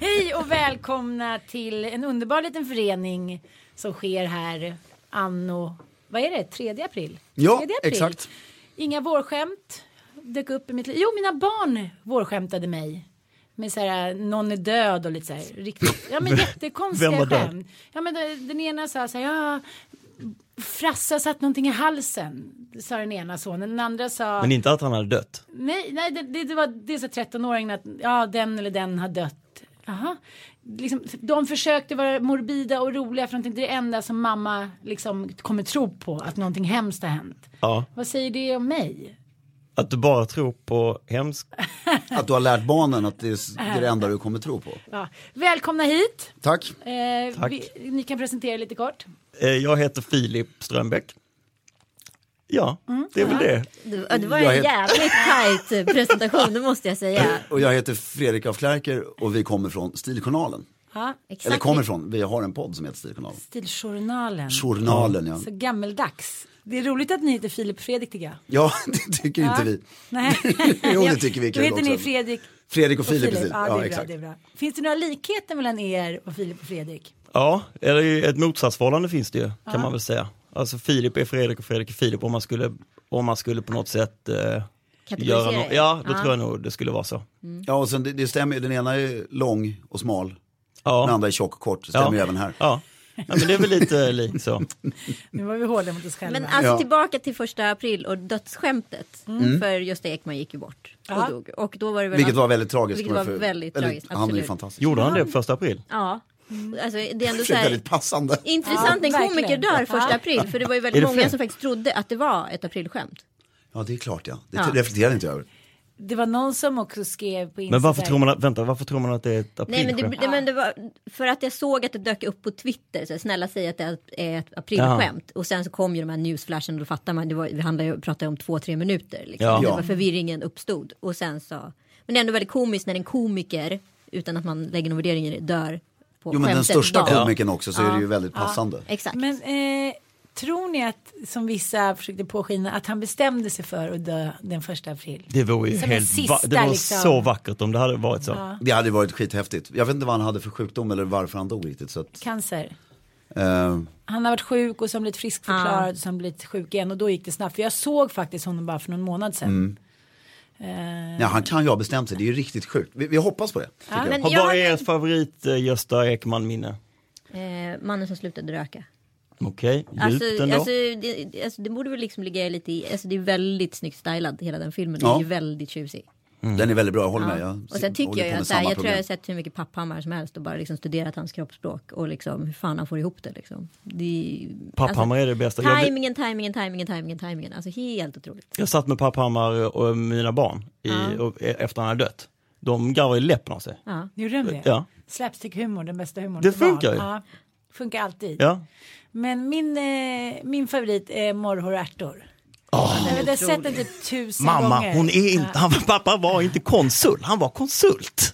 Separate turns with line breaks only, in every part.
Hej och välkomna till en underbar liten förening som sker här anno, vad är det, 3 april?
Ja,
3 april.
exakt.
Inga vårskämt dök upp i mitt liv. Jo, mina barn vårskämtade mig. Med så här, någon är död och lite så här riktigt, ja men
Vem var
jättekonstiga
död?
skämt. Ja men den den ena sa så här, ja, Frassa satt någonting i halsen, sa den ena sonen. Den andra sa...
Men inte att han hade dött.
Nej, nej det, det, det var det sa 13-åringen att ja, den eller den har dött. Jaha. Liksom, de försökte vara morbida och roliga för någonting. Det är det enda som mamma liksom kommer tro på, att någonting hemskt har hänt.
Ja.
Vad säger det om mig?
Att du bara tror på hemskt.
Att du har lärt barnen att det är det är det enda du kommer tro på.
Ja. Välkomna hit.
Tack.
Eh,
Tack.
Vi, ni kan presentera er lite kort.
Eh, Jag heter Filip Strömbäck. Ja, det är väl det.
Det, ja, det var
Jag
en
heter-
jävligt tajt presentation, det måste jag säga.
Och jag heter Fredrik af Klerker och vi kommer från Stiljournalen.
Ja.
Exakt.
Eller kommer från, vi har en podd som heter Stiljournalen.
Stiljournalen.
Journalen ja.
Så gammeldags. Det är roligt att ni heter Filip Fredrik tycker jag.
Ja, det tycker inte vi.
Nej.
Jo, det tycker vi är
Då
kul
heter ni
också.
Fredrik
Fredrik och
och
Filip,
Filip.
precis.
Ja, det är,
Ja,
bra,
exakt.
det är bra. Finns det några likheter mellan er och Filip och Fredrik?
Ja, eller ett motsatsförhållande finns det ju, kan man väl säga. Alltså Filip är Fredrik och Fredrik är Filip om man skulle, om man skulle på något sätt eh,
Kategorisera
göra något.
det.
Ja, det tror jag nog det skulle vara så.
Ja, och sen det, det stämmer ju, den ena är lång och smal, den
Ja,
andra är tjock och kort. Det stämmer ju även här.
ja. ja men det är väl lite likt så.
Nu var vi hårda mot oss själva.
Men alltså
Ja.
tillbaka till första april och dödsskämtet. För Gösta Ekman gick ju bort och
Mm. Ja.
dog. Och då var det väl
Vilket
något-
var väldigt tragiskt.
Vilket var väldigt tragiskt,
Han är ju
absolut.
fantastisk.
Gjorde han det på första april?
Ja. Alltså, det är ändå
det
så
är
här,
väldigt passande.
intressant
Ja,
när en komiker
verkligen.
dör första
Ja.
april. För det var ju
Är
väldigt
det
många
fler?
som faktiskt trodde att det var ett aprilskämt.
Ja, det är klart ja. Det
Ja.
reflekterar inte jag över.
Det var någon som också skrev på Instagram.
Men varför tror man att, vänta, varför tror man att det är ett
Nej men
aprilskämt?
det, men det var för att jag såg att det dök upp på Twitter. Så här, snälla säg att det är ett aprilskämt. Och sen så kom ju de här newsflashen och då fattar man. Det var, vi handlar ju, pratade om två, tre minuter. Liksom.
Ja.
Det
Ja.
var förvirringen uppstod. Och sen så. Men det är ändå väldigt komiskt när en komiker utan att man lägger någon värdering i det dör. På
Jo, men den
skämtet
största
dagen.
komikern också så är det ju väldigt passande.
Exakt.
Men eh, tror ni att, som vissa försökte påskina, att han bestämde sig för att dö den första april?
Det vore ju
Som en
helt, va-
sista,
det var
liksom.
så vackert om det hade varit så.
Det hade varit skithäftigt. Jag vet inte vad han hade för sjukdom eller varför han dog riktigt. Så att,
Cancer.
eh,
Han har varit sjuk och sen blivit friskförklarad och sen blivit sjuk igen och då gick det snabbt. För jag såg faktiskt honom bara för någon månad sedan.
Mm.
Eh,
ja, han kan ju ha bestämt sig, det är ju riktigt sjukt. Vi, vi hoppas på det. tycker jag.
men
Har
jag
bara
har
ert favorit eh, Gösta Ekman-minne?
eh, mannen som slutade röka.
Okej,
Alltså,
djupt ändå.
alltså, det, det- alltså det borde väl liksom ligga lite i. Alltså det är väldigt snyggt stylad hela den filmen.
Ja.
Det är ju väldigt tjusig.
Mm. Den är väldigt bra, jag håller med.
Ja.
Jag
och sen tycker
håller på
jag ju
med
att så här,
samma
jag tror jag har
problem.
sett hur mycket papphammar som helst och bara liksom studerat hans kroppsspråk och liksom hur fan han får ihop det liksom. Det, alltså,
Papphammar är det bästa. Jag-
Timingen, timingen, timingen, timingen, timingen. Alltså helt otroligt.
Jag satt med Papphammar och mina barn i, och, e- efter han hade dött. De garvade i läppen av sig.
Ja.
gjorde han det?
Ja.
Slapstick-humor, den bästa humorn.
Det
för barn.
funkar ju.
Ja, funkar alltid.
Ja.
Men min, eh, min favorit är morrhår och ärtor. Nej, men det har sett den typ tusen
Mamma,
gånger.
hon är inte, han, pappa var inte konsul, han var konsult.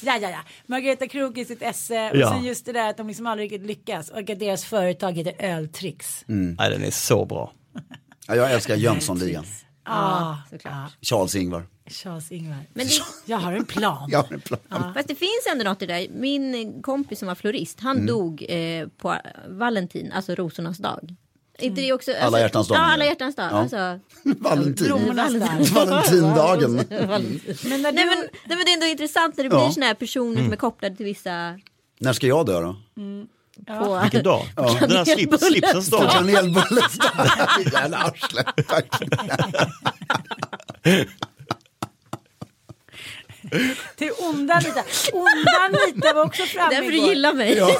Ja, ja, ja. Margareta Krok i sitt esse och
Ja.
sen just det där att de liksom aldrig riktigt lyckas och att deras företag heter Öltricks.
Mm.
Nej, den är så bra.
Ja, jag älskar Jönssonligan.
Ah,
såklart.
Charles-Ingvar.
Charles-Ingvar.
Men det,
Jag har en plan.
Jag har en plan.
Fast det finns ändå något i det där. Min kompis som var florist, han
Mm.
dog eh, på Valentin, alltså rosornas dag. Inte det också, alltså,
Alla hjärtans dag,
Ja,
menar
alla
jag.
hjärtans dag.
Ja.
Alltså,
Valentin.
Blommornas dag.
Valentindagen.
Men när
nej,
du...
men, nej men det är ändå intressant när det
Ja. Mm.
blir sådana här personer som är kopplade till vissa
När ska jag dö då?
på...
Vilken dag. Den här slip, slipsens
På
dag.
kanelbullens dag. Jävla arsle. Tack.
Till onda Anita. Onda Anita var också framme
Därför du
igår.
gillar mig.
Ja,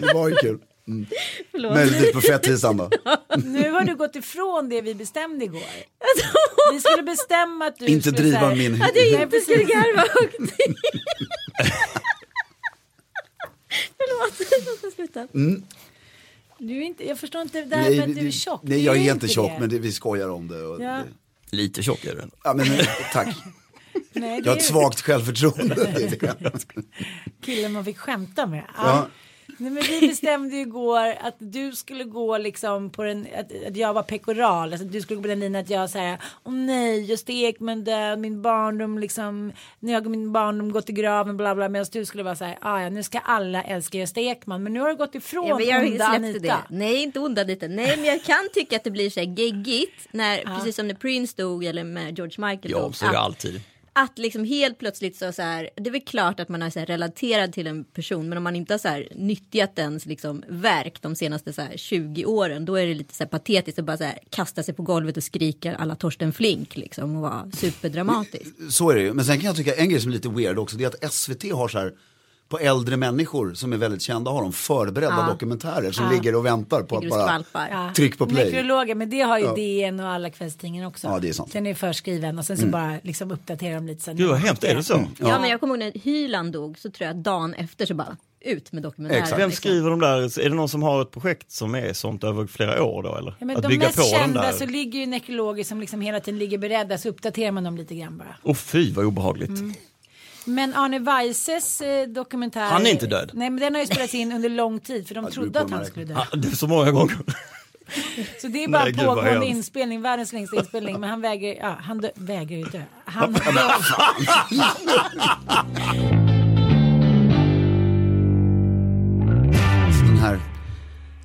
det var ju kul. Mm.
Förlåt.
Möjligtvis på fettisan då.
Nu har du gått ifrån det vi bestämde igår. Vi skulle bestämma att du
Inte
skulle
driva
säga-
min...
Att jag
Nej,
inte
precis.
skulle garva högt. Förlåt, jag ska sluta.
Du är inte, jag förstår inte det här med att du är tjock.
Nej,
Du
jag
ju
är inte tjock,
det.
men det, vi skojar om det. Och,
Ja.
ja.
Lite tjock är du ändå.
Ja, men, eh, tack.
Nej, det
Jag
är
har ett svagt självförtroende. Det är det.
killen man fick skämta med. Ja.
Ja.
Nej, men vi bestämde ju igår att du skulle gå liksom på den, att, att jag var pekoral, alltså att du skulle gå på den linjen att jag säger åh nej, just Ekman död, min barndom liksom, när jag och min barndom gått i graven bla bla, medan du skulle vara så här, "Ah, ja nu ska alla älska Gösta Ekman, men nu har du gått ifrån
Ja, men jag
onda
släppte det.
Anita.
Nej, inte onda Anita. Nej, men jag kan tycka att det blir så här geggigt. När, Precis som när Prince dog eller med George Michael
Ja,
dog.
så är det
att,
alltid.
att liksom helt plötsligt så, så här. Det är väl klart att man är så här relaterad till en person. Men om man inte har så här nyttjat ens liksom verk de senaste så här 20 åren. Då är det lite så här patetiskt att bara så här kasta sig på golvet och skrika alla Torsten Flink liksom. Och vara superdramatisk.
Så är det ju. Men sen kan jag tycka en grej som är lite weird också. Det är att SVT har så här. På äldre människor som är väldigt kända har de förberedda dokumentärer som ligger och väntar på att
Ligger och
bara
skvalpar. Ja.
tryck på play.
Nekrologer, men det har ju DN och alla kvällstidningar också.
Ja, det är sant. Mm.
Den är förskriven och sen så bara liksom uppdaterar de lite. Sen.
Gud vad hemskt, är det så?
Ja. men jag kommer ihåg när Hyland dog så tror jag dagen efter så bara ut med dokumentären. liksom.
Exakt.
Vem skriver de där, är det någon som har ett projekt som är sånt över flera år då eller?
Ja, men
att
de
bygga
mest
på den
kända
där?
så ligger ju nekrologer som liksom hela tiden ligger beredda så uppdaterar man dem lite grann bara.
Åh fy vad obehagligt.
Mm. Men Arne Weises eh, dokumentär.
Han är inte död.
Nej men den har ju spelats in under lång tid för de
det beror
trodde
på
att
när
han
det-
skulle dö.
Ah, det är så många gånger.
Så det är bara
Nej,
en
gud, vad
pågående
hemskt.
inspelning, världens längsta inspelning. Men han vägrar, ja han dö, vägrar ju dö. Han,
Den här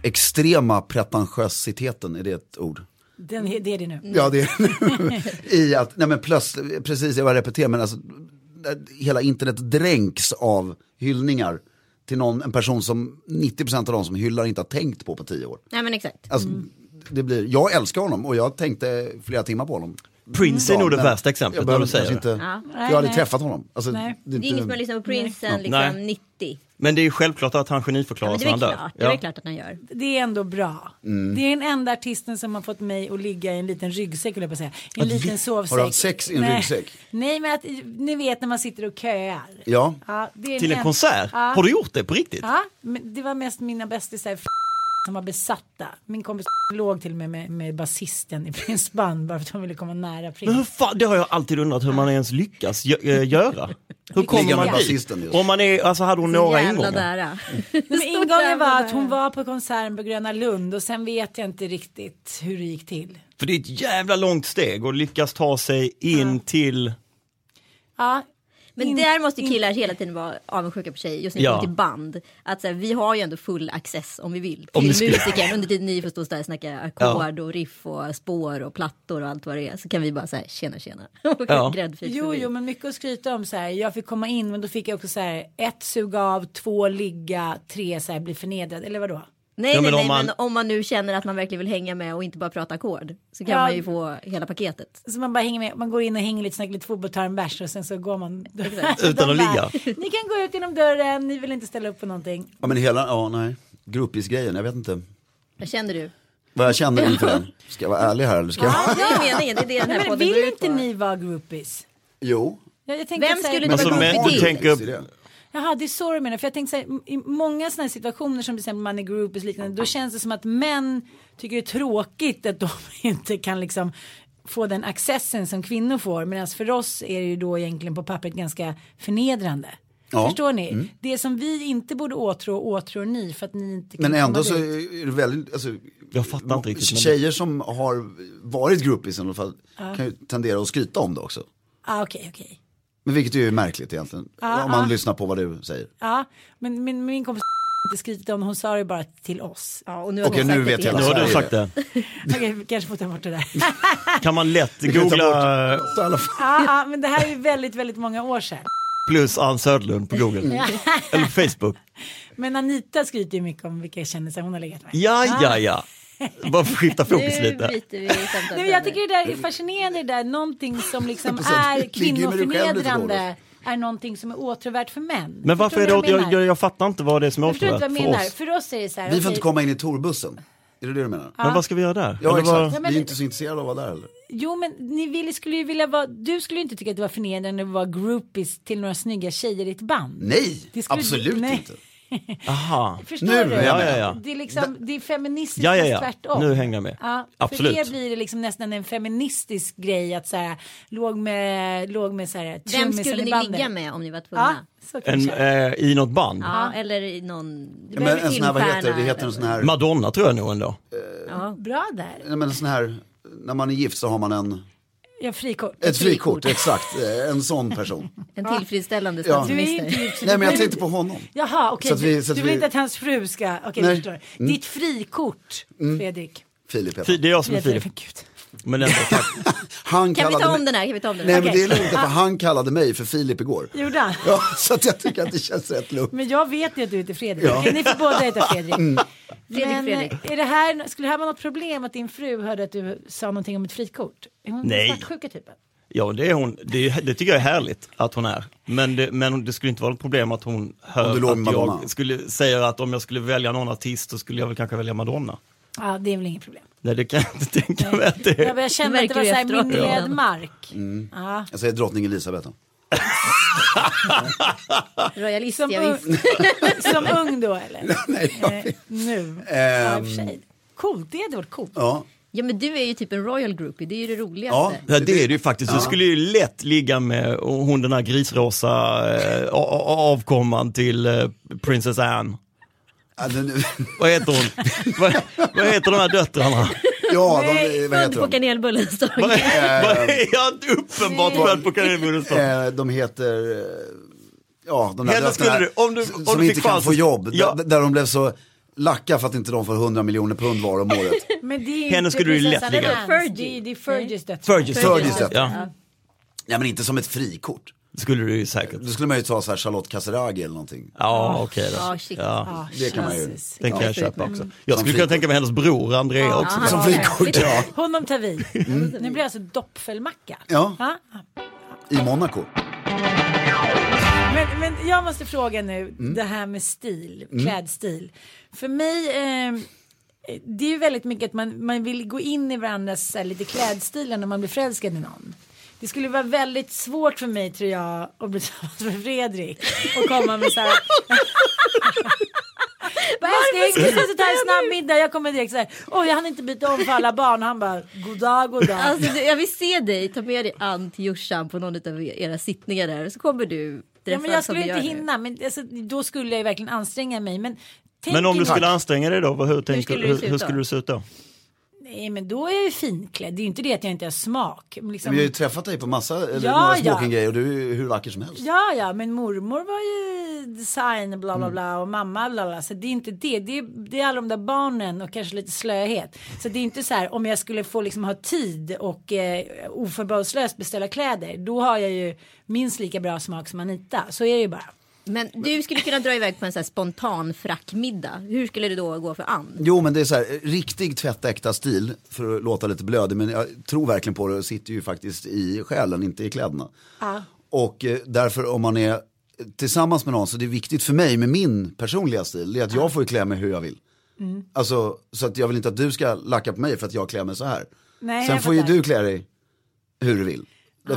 extrema pretentiösiteten, är det ett ord?
den, det är det nu.
Ja, det I att, nej men plötsligt, precis jag var repeterar, men alltså när hela internet dränks av hyllningar till någon, en person som 90% av de som hyllar inte har tänkt på på tio år.
Nej men exakt.
Alltså, det blir, jag älskar honom och jag tänkte flera timmar på honom.
Prince är nog det
men
värsta exemplet
jag
när
behöver
du säger
kanske
det.
inte, Jag
Nej,
har aldrig
nej.
träffat honom. Alltså,
Nej.
det är
Det är ingen som
inte,
har lyssnat på Prince sen
Nej.
liksom 90.
Men det är ju självklart att han
Ja,
geniförklarar
men det
när
är
han
väl
dör.
klart, det är väl klart att han gör.
Det är ändå bra.
Mm.
Det är den enda artisten som har fått mig att ligga i en liten ryggsäck, vill jag på säga. I en
Att
liten
li-
sovsäck.
Har du haft sex i en
Nej.
ryggsäck?
Nej, men att, ni vet när man sitter och köar.
ja,
Ja, det är den
Till en
enda-
konsert?
Ja.
Har du gjort det på riktigt?
Ja, men det var mest mina bästisar i som var besatta. Min kompis låg till och med med, med basisten i Prins band bara för att hon ville komma nära
Men hur
Prins.
fan, det har jag alltid undrat hur man ens lyckas gö- eh, göra. Hur kommer
Ligga med
man dit?
basisten just.
Om man är, alltså hade hon några
Jävla
ingångar?
nära.
Men ingången var att hon var på konserten på Gröna Lund och sen vet jag inte riktigt hur det gick till.
För det är ett jävla långt steg och lyckas ta sig in till,
Ja,
Men
In-
där måste ju killar hela tiden vara avundsjuka på tjejer. Just när det
Ja.
kommer till band. Att så här, vi har ju ändå full access om vi vill.
Om
Till
det skulle-
musikern under tiden ni får stå där och snacka ackord och riff och spår och plattor och allt vad det är. Så kan vi bara säga tjena tjena. Och
Ja.
gräddfil
Jo,
förbi.
jo, men mycket att skryta om så här. Jag fick komma in, men då fick jag också så här ett suga av, två ligga, tre så här bli förnedrad eller vadå?
Nej,
Ja, men
nej, nej,
om
men
man-
om man nu känner att man verkligen vill hänga med och inte bara prata ackord. Så kan
Ja.
man ju få hela paketet.
Så man bara hänger med, man går in och hänger lite, snackar lite fotboll, tar en bärs och sen så går man.
Utan att
De bara,
ligga.
Ni kan gå ut genom dörren, ni vill inte ställa upp på någonting.
ja, men hela, ja nej, groupies-grejen, jag vet inte.
Vad känner du?
Vad jag känner inför den. Ska jag vara ärlig här eller ska jag?
Ja, det är meningen. Det är det den här
Nej, men
podden
vill
går ut
inte
på.
ni vara groupies?
Jo.
Jag, jag tänker
Vem
så här-
skulle du
alltså
Men
men,
till.
tänk upp,
Det är det.
Jaha, det är så du menar. För jag tänkte så här, i många sådana här situationer som till exempel man är groupies och liknande, då känns det som att män tycker det är tråkigt att de inte kan liksom få den accessen som kvinnor får. Medan för oss är det ju då egentligen på pappret ganska förnedrande.
Ja. Mm.
Förstår ni? Det som vi inte borde åtrå åtrår ni för att ni inte kan
Men ändå så
komma dit.
är det väldigt, alltså,
Jag fattar inte riktigt, men-
Tjejer som har varit groupies i alla fall kan ju tendera att skryta om det också.
Ah, okej, okej.
Men vilket ju är märkligt egentligen. om man lyssnar på vad du säger.
Ja, men min, min kompis inte skrivit om, hon sa det bara till oss.
Ja, och nu
Okej,
hon sagt
nu
det
vet
till
jag
Nu
hela
har
Sverige.
du sagt det.
Okej, vi kanske får ta bort det där.
Kan man lätt
kan ta
googla
Så i alla fall.
Ja, ja, Ah, men det här är ju väldigt, väldigt många år sedan.
plus Ann Söderlund på Google? Eller Facebook?
Men Anita skryter ju mycket om vilka kändisar hon har legat med. Ah.
Ja, ja, ja. Bara skifta fokus
Nu
lite.
byter vi samtalsämne.
Nej, men jag tycker det där är fascinerande, det där någonting som liksom är
Procent ligger med dig själv lite
kvinnoförnedrande är någonting som är åtråvärt för män.
Men varför är det,
Förstår du vad
jag, jag, jag fattar inte vad det är som är
Förstår du inte
åtråvärt
vad jag
för
menar?
oss.
För oss är det så här.
Vi får
okej,
inte komma in i torbussen. Är det det du menar?
Men vad ska vi göra där?
Ja
Eller vad-
exakt, vi är inte så intresserade av att vara där heller.
Jo men ni ville, skulle ju vilja vara, du skulle ju inte tycka att det var förnedrande att vara groupies till några snygga tjejer i ett band.
Nej,
Det skulle-
absolut
nej.
inte.
Aha.
Förstår
Nu,
du?
ja,
ja, ja.
Det är liksom, det är feministiskt
Ja, ja,
fast
ja.
tvärtom.
Nu hänger jag med.
Ja,
Absolut.
För er blir det liksom nästan en feministisk grej att så här, låg med, låg med så här,
Vem
trummisen
skulle
i
ni
bandet.
ligga med om ni var
Ja,
tvungna?
så
En,
kanske.
eh, I något band?
Ja, eller i någon... Du
Men
behöver
en sån här, vad
filmstjärna
heter det? Det heter
eller-
en sån här,
Madonna tror jag nog ändå.
Ja.
Bra där.
nej men en sån här, när man är gift så har man en,
Ja, frikort.
ett frikort, exakt, Eh, en sån person.
En tillfredsställande
Ja.
Du är
statsminister.
inte gift, så du
Nej men jag
behöver-
tänkte på honom.
Jaha, okej.
Så att vi-
du,
så att
du vill
vi-
inte att hans fru ska... Okej,
Nej. Mm.
jag förstår. Ditt frikort, Fredrik.
Filip
Fi-
heter
Det är jag som är
Fredrik,
Filip.
men gud.
Men ändå, tack.
han.
Kan vi ta
kallade
om
mig-
den här? Kan vi ta om den
Nej
här?
men
Okej. Ah.
det är lugnt, för han kallade mig för Filip igår.
Gjorde han?
Ja, så att jag tycker att det känns rätt lugnt.
Men jag vet ju att du heter Fredrik. Okej, ni får båda heta Fredrik.
Mm.
Fredrik,
Men
Fredrik.
Är det här, skulle det här vara något problem att din fru hörde att du sa någonting om ett frikort? Är hon
Nej.
svartsjuka typen?
Ja, det är hon. Det, är- det tycker jag är härligt att hon är. Men det, men det skulle inte vara något problem att hon hör
Om du låg med
att
Madonna.
jag skulle säga att om jag skulle välja någon artist så skulle jag väl kanske välja Madonna.
Ja, det är väl inget problem.
Nej, det kan jag inte tänka mig att det
Jag,
är.
bara- jag kände att det
märker
var
ju
så här
efteråt.
minerad
Ja.
mark.
Mm.
Ja.
Jag säger drottning Elisabeth. då.
Royalist,
Som,
ja,
ung,
visst.
som ung då eller?
Nej, jag- Ehm.
Eh, nu. Ja, i och för sig. Coolt, det hade varit coolt.
ja.
ja, men du är ju typ en royal groupie. Det är ju det
Ja.
roligaste.
Ja, det är det ju faktiskt. Du skulle ju lätt ligga med hon den här grisrosa eh, a- a- avkomman till eh, Princess Anne.
Ja, den,
Vad heter hon? vad, vad heter de här döttrarna?
ja
Nej,
de, vad
Född på
heter de?
kanelbullens dag.
Vad är, vad
Ehm.
är jag uppenbart född på kanelbullens dag?
Eh, de heter, eh, ja de där
Hellre
döttrarna
skulle du- om du-
s-
om
som
du
inte
fick
kan
chansen-
få jobb.
Ja.
Där, där de blev så lacka för att inte de får 100 miljoner pund var om året.
Men det är ju
Henne
inte
skulle du ju
prinsessan
lätt ligga
Annes,
med.
Det är, det är Fergies dödsfall.
Fergus.
Fergus döttrar.
Ja,
Nej men inte som ett frikort.
det skulle du ju säkert.
Då skulle man ju ta så här Charlotte Casiraghi eller någonting.
Ja, okej då.
Ja, shit.
Ja.
Det kan man ju.
Jesus.
Den kan
Ja,
jag köpa
mm.
också. Jag
Som
skulle kunna
frikort.
tänka mig hennes bror Andrea också.
Ah,
Som frikort ja.
Honom tar vi. Nu blir det alltså doppelmacka.
Mm. Ja.
Ja.
I Monaco.
Men, men jag måste fråga nu, det här med stil, klädstil. För mig, eh, det är ju väldigt mycket att man, man vill gå in i varandras så här, lite klädstilar när man blir förälskad i någon. Det skulle vara väldigt svårt för mig tror jag att bli tillsammans med Fredrik och komma med så här. Bara älskling, vi ses och tar en snabb middag. Jag kommer direkt så här. Oj, jag hann inte byta om för alla barn. Han bara, god dag, god dag.
Alltså, du, jag vill se dig, ta med dig Ann till Jossan på någon av era sittningar där. Och så kommer du
Ja,
träffa
men jag
som
skulle
vi
inte
gör nu.
hinna, men alltså, då skulle jag ju verkligen anstränga mig. Men, tänk
Men om du
inte-
skulle anstränga dig då, vad- hur, tänker,
skulle
skulle
du se
hur,
ut
hur
då?
skulle du se ut då?
Nej men då är jag ju finklädd. Det är ju inte det att jag inte har smak. Men
Vi
Liksom,
har ju träffat dig på massa, eller
Ja,
några
ja.
smokinggrejer och du är ju hur vacker som helst.
Ja ja men mormor var ju design bla
Mm.
bla bla och mamma bla bla. Så det är inte det. Det är, det är alla de där barnen och kanske lite slöhet. Så det är inte så här om jag skulle få liksom ha tid och eh, oförbehållslöst beställa kläder. Då har jag ju minst lika bra smak som Anita. Så är det ju bara.
Men du skulle kunna dra iväg på en sån här spontan frackmiddag. Hur skulle det då gå för Ann?
Jo men det är så här, riktig tvättäkta stil för att låta lite blödig men jag tror verkligen på det och sitter ju faktiskt i själen, inte i kläderna. Och eh, därför om man är tillsammans med någon så det är viktigt för mig med min personliga stil, det är att jag får ju klä mig hur jag vill.
Mm.
Alltså så att jag vill inte att du ska lacka på mig för att jag klär mig så här.
Nej,
Sen
jag
får ju
fattar.
du klä dig hur du vill.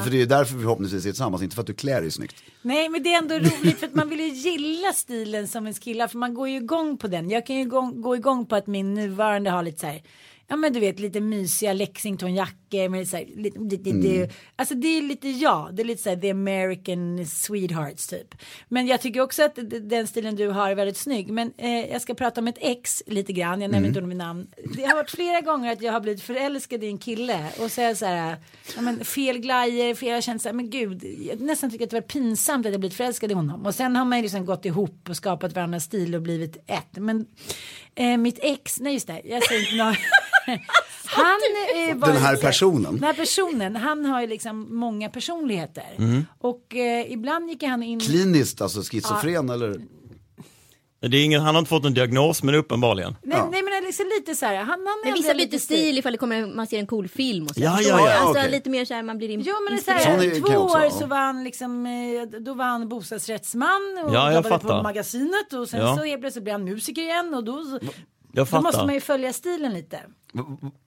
För det är ju därför vi förhoppningsvis är tillsammans, inte för att du klär dig snyggt.
Nej men det är ändå roligt för att man vill ju gilla stilen som en skilla för man går ju igång på den. Jag kan ju igång, gå igång på att min nuvarande har lite så här Ja men du vet lite mysiga Lexingtonjackor med så här, lite, lite, det, alltså det är lite jag, det är lite så här the American sweethearts typ. Men jag tycker också att d- den stilen du har är väldigt snygg. Men eh, jag ska prata om ett ex lite grann, jag
Mm.
nämner inte honom i namn. Det har varit flera gånger att jag har blivit förälskad i en kille och så är jag så här, ja, men fel glajjor, fel, jag har känt så här, men gud, jag nästan tycker att det var pinsamt att jag blivit förälskad i honom. Och sen har man ju liksom gått ihop och skapat varandras stil och blivit ett. Men eh, mitt ex, nej just det, jag säger inte något. Han, eh, var
Den
ju
här
så här-
personen.
den här personen, han har ju liksom många personligheter.
Mm.
Och eh, ibland gick han in...
Kliniskt, alltså schizofren eller?
Det är ingen, han har inte fått en diagnos men uppenbarligen.
Nej,
Ja.
nej men liksom lite så här, han, han
Men
hade
visar lite stil ifall det kommer, man ser en cool film och så.
Ja,
Förstår
ja,
du?
ja,
alltså
okej.
lite mer så här man blir in-
Jo men det är så
Sån
här,
är- kan jag
två
också, ja.
år så var han liksom, eh, då var han bostadsrättsman och
Ja, jag
jobbade
fattar.
på magasinet och sen
Ja.
så helt plötsligt blev han musiker igen och då, så-
Jag
då
fattar.
måste man ju följa stilen lite.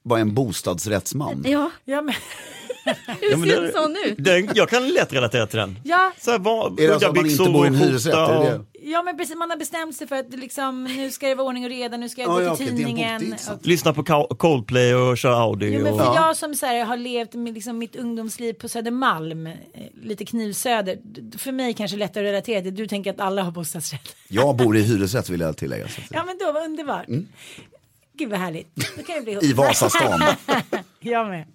Var en bostadsrättsman?
Ja,
Ja, men,
hur
Ja, men
ser
det-
en sån ut?
Den, jag kan lätt relatera till den.
ja,
Så här, var,
Är det alltså att man inte bor i en hyresrätt? Är det det?
ja men precis, man har bestämt sig för att liksom, nu ska det vara ordning och reda, nu ska jag
Ja,
gå
ja,
till
okej, det är en bok, det är
tidningen.
inte sant.
och-
Lyssna på Ca- Coldplay och köra Audi.
Jo, men
och,
för jag som så här, har levt med, liksom, mitt ungdomsliv på Södermalm, eh, lite knivsöder, d- för mig kanske lättare att relatera till, du tänker att alla har bostadsrätt.
Jag bor i hyresrätt vill jag tillägga. Så. att-
Ja men då, vad underbart. Gud vad härligt. Då kan jag bli ihop.
Mm. I Vasastan.
Jag med.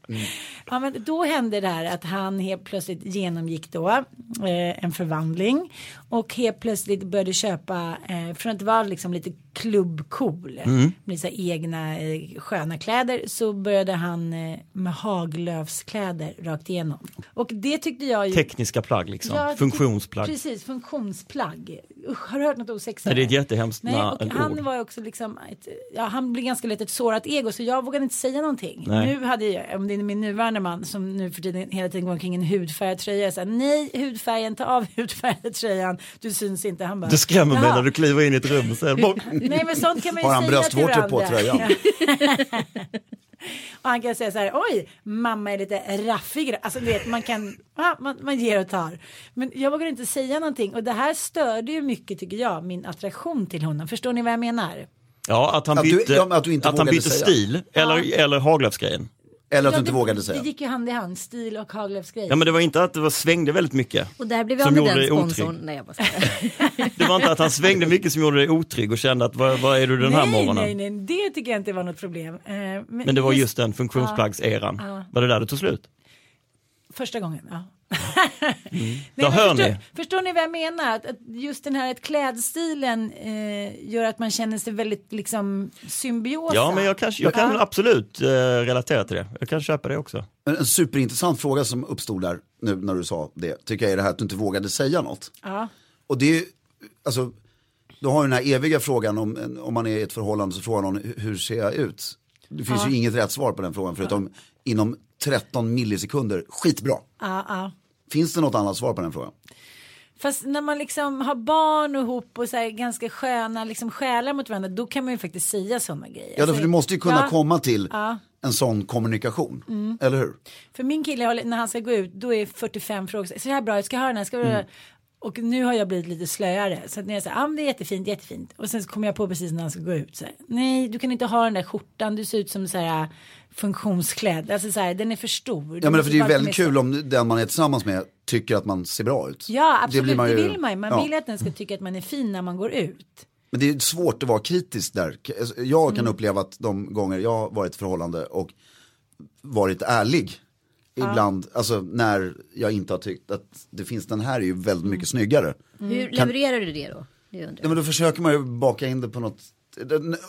Ja, men då hände det här att han helt plötsligt genomgick då eh, en förvandling och helt plötsligt började köpa eh, från att vara liksom lite klubbcool med sina egna eh, sköna kläder så började han eh, med Haglöfskläder rakt igenom. Och det tyckte jag ju.
Tekniska plagg liksom,
Ja, det-
funktionsplagg.
Precis, funktionsplagg. Usch, har du hört något osexigare?
Nej, det är ett jättehemskt
Nej,
na-
och
ett
han
ord.
var ju också liksom, ett, ja, han blev ganska lätt ett sårat ego så jag vågade inte säga någonting.
Nej.
Nu hade jag, om det är min nuvarande man som nu för tiden hela tiden går omkring i en hudfärgad tröja, jag sa nej hudfärgen, ta av hudfärgade tröjan, du syns inte. Han bara,
Du skrämmer mig
"Jaha."
när du kliver in i ett rum och säger bort.
Nej men sånt kan man ju
Har han
säga till
bröstvårtor på
varandra.
tröjan?
Och han kan säga så här, oj, mamma är lite raffig. Alltså du vet, man kan, ja, man, man ger och tar. Men jag vågar inte säga någonting. Och det här störde ju mycket, tycker jag, min attraktion till honom. Förstår ni vad jag menar?
Ja, att han
Att du-
bytte,
ja, men att du inte
han
vågade
bytte
säga.
stil, eller, eller Haglöfsgrejen.
Eller att du
Ja,
inte
det-
vågade säga.
Det gick ju hand i hand, stil och Haglöfs grej.
Ja, men det var inte att det var, svängde väldigt mycket.
Och där blev vi
Som
av med
gjorde
den
dig otrygg.
sponsorn. Nej, jag bara skojar.
Det var inte att han svängde mycket som gjorde dig otrygg och kände att vad, vad är du den här
nej,
morgonen?
nej, nej, det tycker jag inte var något problem. Eh, men,
Men det var just den funktionsplaggseran. Var det där det tog slut?
Första gången, ja.
Då
men
hör
förstår,
ni.
förstår ni vad jag menar? Att, att just den här att klädstilen eh, gör att man känner sig väldigt liksom symbiosa.
Ja, men jag, kanske, jag kan absolut eh, relatera till det. Jag kan köpa det också.
En en superintressant fråga som uppstod där nu när du sa det, tycker jag är det här att du inte vågade säga något.
Ja.
Och det är ju, alltså, du har ju den här eviga frågan om, om man är i ett förhållande så frågar någon "Hur- hur ser jag ut? Det finns ju inget rätt svar på den frågan förutom inom 13 millisekunder, skitbra.
Ja, ja.
Finns det något annat svar på den frågan?
Fast när man liksom har barn och ihop och så här ganska sköna liksom själar mot varandra då kan man ju faktiskt säga sådana grejer.
Ja, för
Alltså,
du måste ju kunna
ja. Mm.
komma till en sån kommunikation, eller hur?
För min kille, har- när han ska gå ut, då är 45 frågor. Så här bra, jag ska ha den här,
Mm.
ska ha den här. Och nu har jag blivit lite slöare. Så att när jag säger, ja ah, men det är jättefint, jättefint. Och sen så kommer jag på precis när han ska gå ut. Så här, Nej, du kan inte ha den där skjortan, du ser ut som så här äh, funktionsklädd. Alltså så här, den är för stor.
Ja men för det är ju väldigt kul om den man är tillsammans med tycker att man ser bra ut.
Ja, absolut, det,
blir ju-
vill man ju. Man
ja.
vill ju att den ska tycka att man är fin när man går ut.
Men det är svårt att vara kritisk där. Alltså, Jag kan uppleva att de gånger jag har varit i förhållande och varit ärlig ibland, alltså när jag inte har tyckt att det finns den här är ju väldigt mycket snyggare.
Mm.
Hur levererar du det då? Det undrar
Ja,
jag.
men då försöker man ju baka in det på något,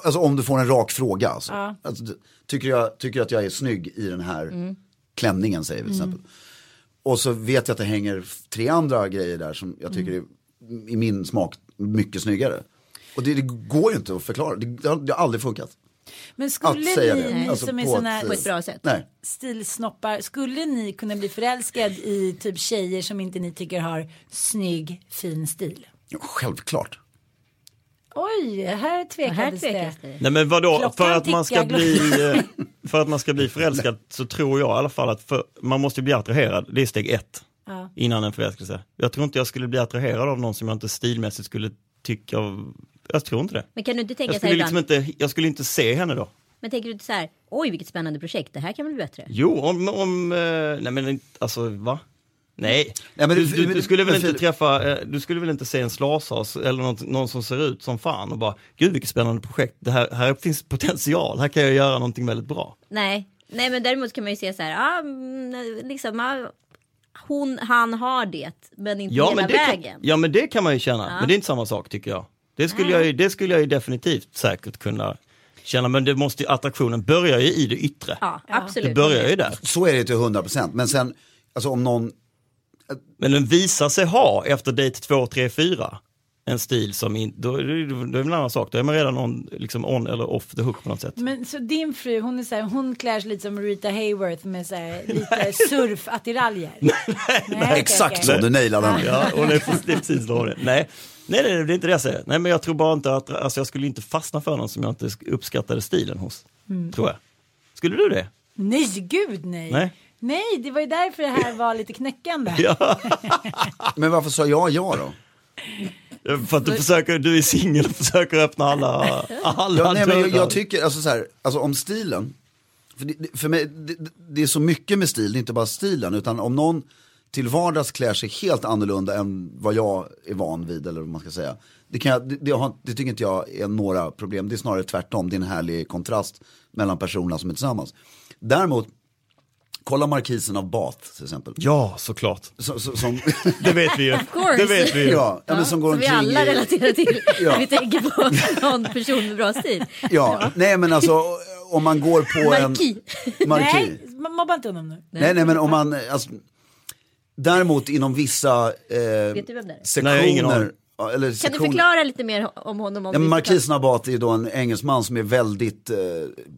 alltså om du får en rak fråga. Alltså. Alltså, du- tycker, jag, tycker jag att jag är snygg i den här klänningen säger vi till exempel. Och så vet jag att det hänger tre andra grejer där som jag tycker är i min smak mycket snyggare. Och det, det går ju inte att förklara, det, det, har, det har aldrig funkat.
Men
Att
skulle
säga
ni,
det.
ni
Alltså,
som är
på
sådana
ett-
På ett bra sätt.
Nej.
stilsnoppar, skulle ni kunna bli förälskad i typ tjejer som inte ni tycker har snygg, fin stil?
Ja, självklart.
Oj, här tvekades
Här tvekas
det.
det.
Nej men vadå,
Klockan
för att man ska
tickar,
bli, eh, för att man ska bli förälskad så tror jag i alla fall att för, man måste bli attraherad, det är steg ett
Ja.
innan en förälskelse. Jag tror inte jag skulle bli attraherad av någon som jag inte stilmässigt skulle tycka av, jag tror inte det.
Men kan du inte tänka
Jag
så här
skulle,
ibland?
liksom inte, jag skulle inte se henne då.
Men tänker du inte så här, oj vilket spännande projekt, det här kan väl bli bättre?
Jo, om, om eh, nej men inte- alltså va? Nej,
Nej, men
du,
det-
du,
men
du
det-
skulle väl
men
inte
Filip-
träffa, eh, du skulle väl inte se en slashas eller något, någon som ser ut som fan och bara, gud vilket spännande projekt, det här, här finns potential, här kan jag göra någonting väldigt bra.
Nej, nej men däremot kan man ju se så här, ah, mm, liksom, ah, hon, han har det, men inte hela
men det kan,
vägen.
ja men det kan man ju känna, men det är inte samma sak tycker jag. Det skulle jag, ju, det skulle jag ju definitivt säkert kunna känna, men det måste, ju- attraktionen börjar ju i det yttre.
Ja, absolut.
Det börjar ju där.
Så är det till 100%. Men sen, alltså om någon,
Men den visar sig ha efter dejt 2, 3, 4 en stil som in, då, är det- då är det en annan sak, då är man redan on, liksom on eller off the hook på något sätt.
Men så din fru, hon är så här, hon klär sig lite som Rita Hayworth med så här, lite surfattiraljer. nej, okej,
exakt
okej.
så, du nailade den.
Ja, och det är precis, det är precis vad det är. Nej. Nej, nej, det är inte det jag säger. Nej, men jag tror bara inte att, alltså jag skulle inte fastna för någon som jag inte sk- uppskattade stilen hos.
Mm.
Tror jag. Skulle du det?
Nej, gud nej.
Nej.
Nej, det var ju därför det här var lite knäckande.
Men varför sa jag ja då?
För att du försöker, du är singel och försöker öppna alla, alla
Ja, nej, men jag,
dörrar.
jag tycker, alltså, så här, alltså om stilen, för, det- det, för mig, det, det- det är så mycket med stil, det är inte bara stilen, utan om någon till vardags klär sig helt annorlunda än vad jag är van vid, eller vad man ska säga. Det, kan jag, det, det, har, det tycker inte jag är några problem, det är snarare tvärtom, det är en härlig kontrast mellan personerna som är tillsammans. Däremot, kolla markisen av Bath till exempel.
ja, såklart.
Så, så, som,
Det vet vi ju.
course.
Det vet vi ju.
ja, ja, men som går
Som vi
omkring
alla
i-
relaterar till.
Ja.
Vi tänker på någon person med bra stil.
Ja, nej men alltså om man går på en...
Marki.
Marki.
Nej, ma- mobba inte honom nu.
Nej, nej men om man, eh, alltså, däremot inom vissa eh,
Vet du vem det är?
sektioner.
Nej, jag har ingen aning.
ja, eller
Kan du
sektioner.
förklara lite mer om honom? Om
Ja, men
vi-
Marquis Nabat är ju då en engelsman som är väldigt eh,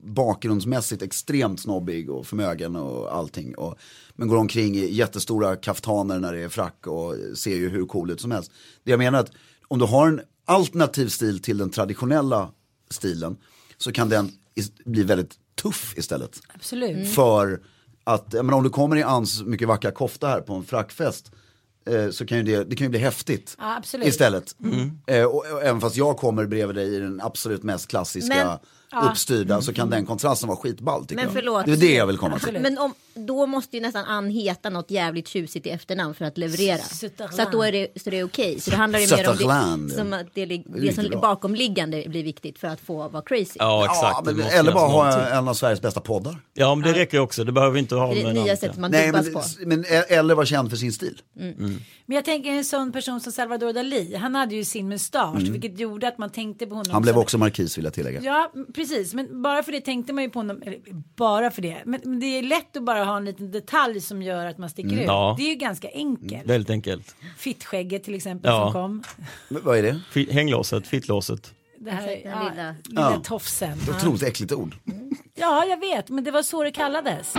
bakgrundsmässigt extremt snobbig och förmögen och allting. Och, men går omkring i jättestora kaftaner när det är frack och ser ju hur cool ut som helst. Det jag menar är att om du har en alternativ stil till den traditionella stilen så kan den is- bli väldigt tuff istället
Absolut.
för att, men om du kommer i Ans mycket vackra kofta här på en frackfest eh, så kan ju det, det kan ju bli häftigt
Ja, absolut. Mm.
istället. Eh, och, och även fast jag kommer bredvid dig i den absolut mest klassiska uppstyrda så kan den kontrasten vara skitball tycker
Men
jag.
förlåt.
Det är det jag vill komma till.
Absolut.
Men om, då måste ju nästan Ann heta något jävligt tjusigt i efternamn för att leverera.
Sutterland.
Så att då är det, så det är okej. Så det handlar ju mer om
Sutterland,
det,
ja.
som att det, lig-
är
det som
bra.
ligger bakomliggande blir viktigt för att få vara crazy.
Ja, exakt.
Ja,
Det
men,
måste
eller bara
finnas
ha
någonting.
en, en av Sveriges bästa poddar.
Ja, men det räcker ju också. Det behöver vi inte ha
det är
med
nya
namnet.
sätt man
Nej,
dubbas
men,
på.
men, e, eller vara känd för sin stil.
Mm. Men jag tänker en sån person som Salvador Dalí. Han hade ju sin mustasch vilket gjorde att man tänkte på honom.
Han blev
som-
också markis vill jag tillägga.
Ja, m- precis. Men bara för det tänkte man ju på honom. Eller, bara för det. Men, men det är lätt att bara ha en liten detalj som gör att man sticker ut.
ja.
Det är ju ganska enkelt.
Väldigt enkelt.
Fittskägget till exempel
Ja.
som kom.
Men Vad är det?
Fi- Hänglåset, fittlåset.
Det här
Exakt, den
ja, lilla,
lilla-
Ja.
tofsen.
Det är ett Otroligt äckligt ord.
Ja, jag vet, men det var så det kallades.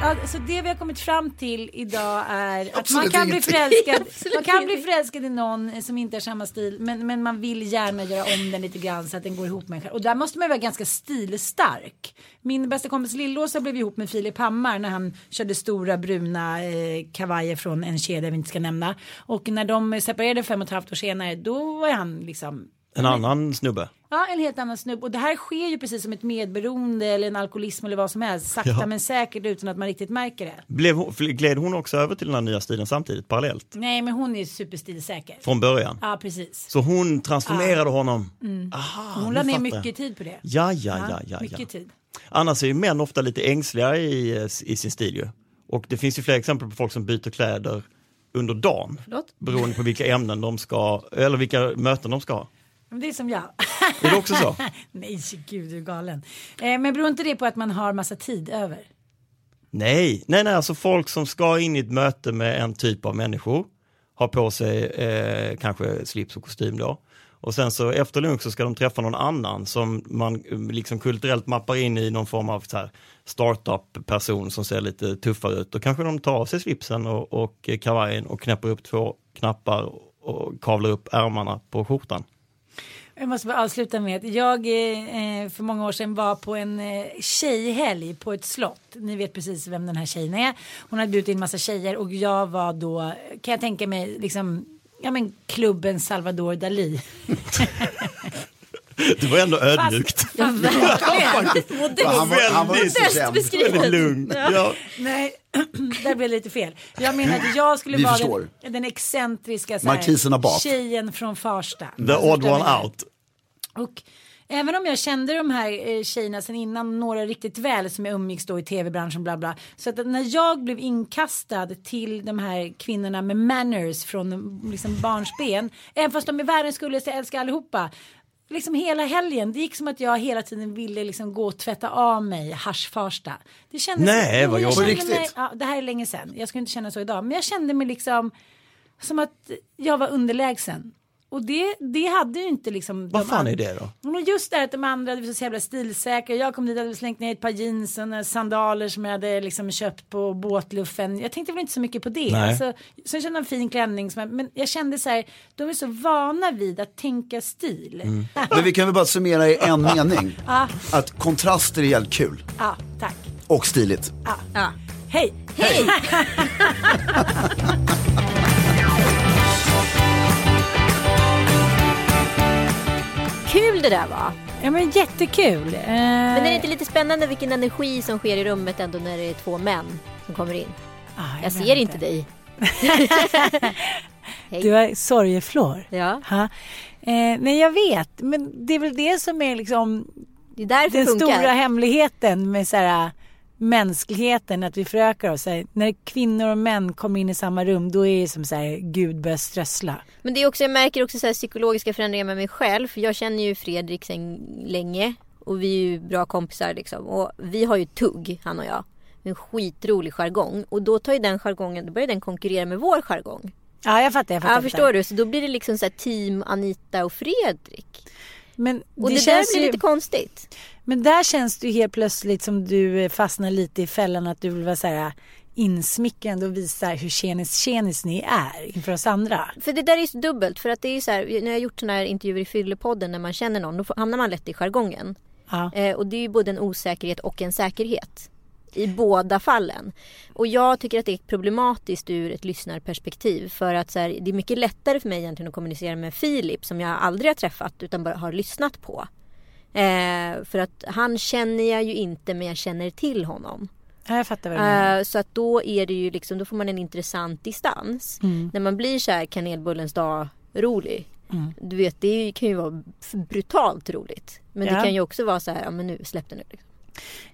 Ja, så det vi har kommit fram till idag är att man
Absolut
kan, bli
ingenting.
förälskad, man kan bli
ingenting.
förälskad i någon som inte har samma stil men, men man vill gärna göra om den lite grann så att den går ihop med en själv. Och där måste man ju vara ganska stilstark. Min bästa kompis Lillåsa blev ihop med Filip Hammar när han körde stora bruna eh, kavajer från en kedja vi inte ska nämna. Och när de separerade fem och ett halvt år senare då var han liksom
En annan snubbe.
Ja, en helt annan snubb. Och det här sker ju precis som ett medberoende eller en alkoholism eller vad som helst. Sakta
Ja.
men säkert utan att man riktigt märker det.
Blev hon, gled hon också över till den här nya stilen samtidigt, parallellt?
Nej, men hon är superstilsäker.
Från början?
Ja, precis.
Så hon transformerade honom?
Hon la
nu
ner
fattar jag.
mycket tid på det.
Ja, ja, ja, ja, ja.
Mycket tid.
Annars är ju män ofta lite ängsliga i, eh, i sin stil ju. Och det finns ju flera exempel på folk som byter kläder under dagen.
Förlåt?
Beroende på vilka ämnen de ska, eller vilka möten de ska ha.
Men det är som jag.
Är det också så?
Nej, gud, du är galen. Eh, men beror inte det på att man har massa tid över?
Nej, nej, nej, alltså folk som ska in i ett möte med en typ av människor har på sig eh, kanske slips och kostym då. Och sen så efter lunch så ska de träffa någon annan som man eh, liksom kulturellt mappar in i någon form av så här startup-person som ser lite tuffare ut. Då kanske de tar av sig slipsen och, och kavajen och knäpper upp två knappar och kavlar upp ärmarna på skjortan.
Jag måste bara avsluta med att jag eh, för många år sedan var på en eh, tjejhelg på ett slott. Ni vet precis vem den här tjejen är. Hon hade bjudit in massa tjejer och jag var då, kan jag tänka mig, liksom, ja men klubben Salvador Dalí.
Det var ändå ödmjukt.
Ja, verkligen.
Han var, han var
Väldigt
inte känd.
Väldigt
Modestbeskrivet.
lugnt. Ja.
Nej, där blev det lite fel. Jag menar att jag skulle
Vi
vara
förstår.
den, den excentriska så här,
Markisen har bak.
tjejen från Farsta.
The
Alltså,
odd
förstår ni?
one out.
Och även om jag kände de här eh, tjejerna sen innan, några riktigt väl som jag umgicks då i tv-branschen bla bla. Så att när jag blev inkastad till de här kvinnorna med manners från liksom barnsben, även fast de i världen skulle jag älskar allihopa. Liksom hela helgen, det gick som att jag hela tiden ville liksom gå och tvätta av mig hasch Farsta. Det kändes
Nej,
Jo,
vad
jag
jobbigt.
kände
På
mig-
riktigt?
Ja, det här är länge sedan, jag skulle inte känna så idag. Men jag kände mig liksom som att jag var underlägsen. Och det, det hade ju inte liksom...
Vad
de
fan
andra-
är det då?
men just det här att de andra var så jävla stilsäkra. Jag kom dit och hade slängt ner ett par jeans och några sandaler som jag hade liksom köpt på båtluffen. Jag tänkte väl inte så mycket på det.
Nej.
Alltså, sen kände jag en fin klänning. Som jag, men jag kände så här, de är så vana vid att tänka stil.
Mm.
Men vi kan väl bara summera i en mening.
Ja.
Att kontraster är jävligt kul
Ja, tack.
och stiligt.
Ja.
Hej!
Kul det där var.
Ja men jättekul. Eh,
Men är det inte lite spännande vilken energi som sker i rummet ändå när det är två män som kommer in?
ah,
Jag
vet
ser inte dig.
Du är sorgeflår.
Ja.
Ha. Eh, nej jag vet, men det är väl det som är liksom
Det är därför
den
det funkar.
stora hemligheten med så här, äh, mänskligheten, att vi förökar oss. Så här, när kvinnor och män kommer in i samma rum, då är det som så här, Gud börjar strössla.
Men det är också, jag märker också så här psykologiska förändringar med mig själv. För jag känner ju Fredrik sen länge och vi är ju bra kompisar liksom. Och vi har ju tugg, han och jag. En skitrolig jargong. Och då tar ju den jargongen, då börjar den konkurrera med vår jargong.
Ja, jag fattar. Jag fattar
Ja, förstår du? Så då blir det liksom så här team Anita och Fredrik.
Men
Och det,
känns
där blir
ju,
lite konstigt.
Men där känns det ju helt plötsligt som du eh, fastnar lite i fällan att du vill vara så här äh, insmickrande och visa hur tjenis tjenis ni är inför oss andra.
För det där är ju så dubbelt. För att det är ju så här, när jag har gjort sådana här intervjuer i Fyllepodden när man känner någon, då får- hamnar man lätt i jargongen.
Ja.
Eh, och det är ju både en osäkerhet och en säkerhet. I båda fallen. Och jag tycker att det är problematiskt ur ett lyssnarperspektiv. För att så här, det är mycket lättare för mig egentligen att kommunicera med Filip som jag aldrig har träffat utan bara har lyssnat på. Eh, för att han känner jag ju inte men jag känner till honom.
ja, jag fattar vad du menar.
Eh, så att då är det ju liksom, då får man en intressant distans.
Mm.
När man blir så här kanelbullens dag rolig.
Mm.
Du vet det är ju- kan ju vara f- brutalt roligt. Men
Ja.
det kan ju också vara så här, ja men nu släpp den nu. Liksom.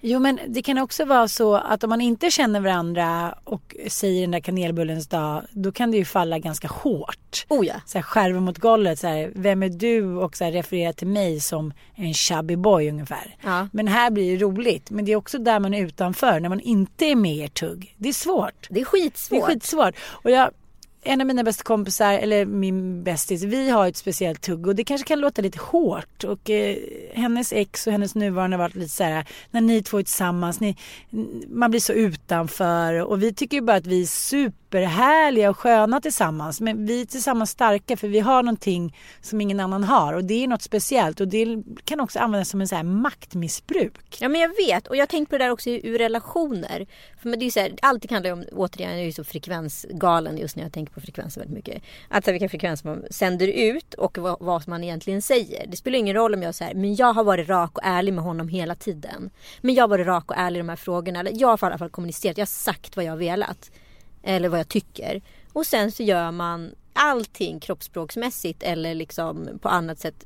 Jo men det kan också vara så att om man inte känner varandra och säger den där kanelbullens dag då kan det ju falla ganska hårt.
Oh ja.
Så här skärven mot golvet, så här, vem är du och så här, referera till mig som en chubby boy ungefär.
Ja.
Men här blir det roligt. Men det är också där man är utanför när man inte är med i ert tugg. Det är svårt.
Det är skitsvårt.
Det är skitsvårt. Och jag, en av mina bästa kompisar, eller min bästis, vi har ett speciellt tugg och det kanske kan låta lite hårt. Och eh, hennes ex och hennes nuvarande har varit lite så här, när ni två är tillsammans, ni, n- man blir så utanför. Och vi tycker ju bara att vi är superhärliga och sköna tillsammans. Men vi är tillsammans starka för vi har någonting som ingen annan har. Och det är något speciellt och det kan också användas som en så här maktmissbruk.
Ja men jag vet och jag har tänkt på det där också ur relationer. För men det är ju så här, allting handlar ju om, återigen jag är ju så frekvensgalen just när jag tänker på frekvenser väldigt mycket. Alltså vilken frekvens man sänder ut och vad, vad man egentligen säger. Det spelar ingen roll om jag säger men jag har varit rak och ärlig med honom hela tiden. Men jag har varit rak och ärlig i de här frågorna. Eller jag har i alla fall kommunicerat, jag har sagt vad jag har velat. Eller vad jag tycker. Och sen så gör man allting kroppsspråksmässigt eller liksom på annat sätt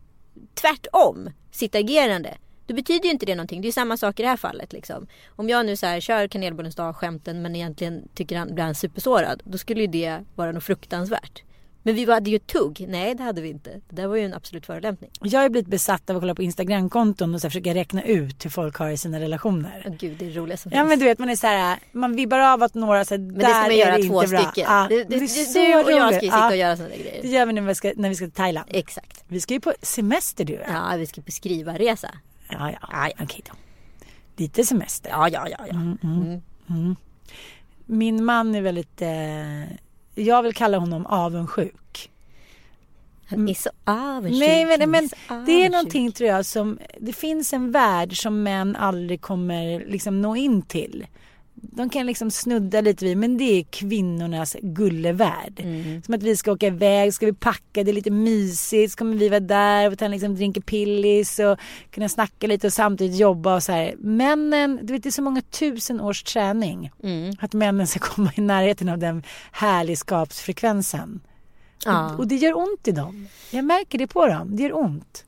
tvärtom sitt agerande. Då betyder ju inte det någonting. Det är ju samma sak i det här fallet. Liksom. Om jag nu så här, kör kanelbullens dag-skämten men egentligen tycker han, blir han supersårad. Då skulle ju det vara något fruktansvärt. Men vi hade ju ett tugg. Nej, det hade vi inte. Det där var ju en absolut förolämpning.
Jag har blivit besatt av att kolla på Instagramkonton och så här försöka räkna ut hur folk har i sina relationer.
Åh, Gud, det är det roligaste som
Ja
finns.
men du vet man är så här, man vibbar av att några så här,
men det ska man göra två
inte bra.
stycken.
Ja,
det,
men
det,
är
det,
så
du och jag ska ju
roligt.
sitta
Ja,
och göra sådana där grejer.
Det gör vi när vi ska, när vi ska till Thailand.
Exakt.
Vi ska ju på semester du och jag.
Ja, vi ska beskriva resa.
Ja, ja.
Ja, ja.
Okej då. Lite semester. Mm,
Ja, ja, ja. Mm. ja.
Min man är väldigt, eh, jag vill kalla honom avundsjuk.
Han är så avundsjuk.
Nej, men,
han
men
så
det är
avundsjuk.
någonting tror jag som, det finns en värld som män aldrig kommer liksom nå in till. De kan liksom snudda lite vid, men det är kvinnornas gullevärld. Som att vi ska åka iväg, ska vi packa, det är lite mysigt, så kommer vi vara där och ta en liksom drinka pillis och kunna snacka lite och samtidigt jobba och så här. Männen, du vet det är så många tusen års träning att männen ska komma i närheten av den härligskapsfrekvensen.
Ja.
Och det gör ont i dem. Jag märker det på dem. Det gör ont.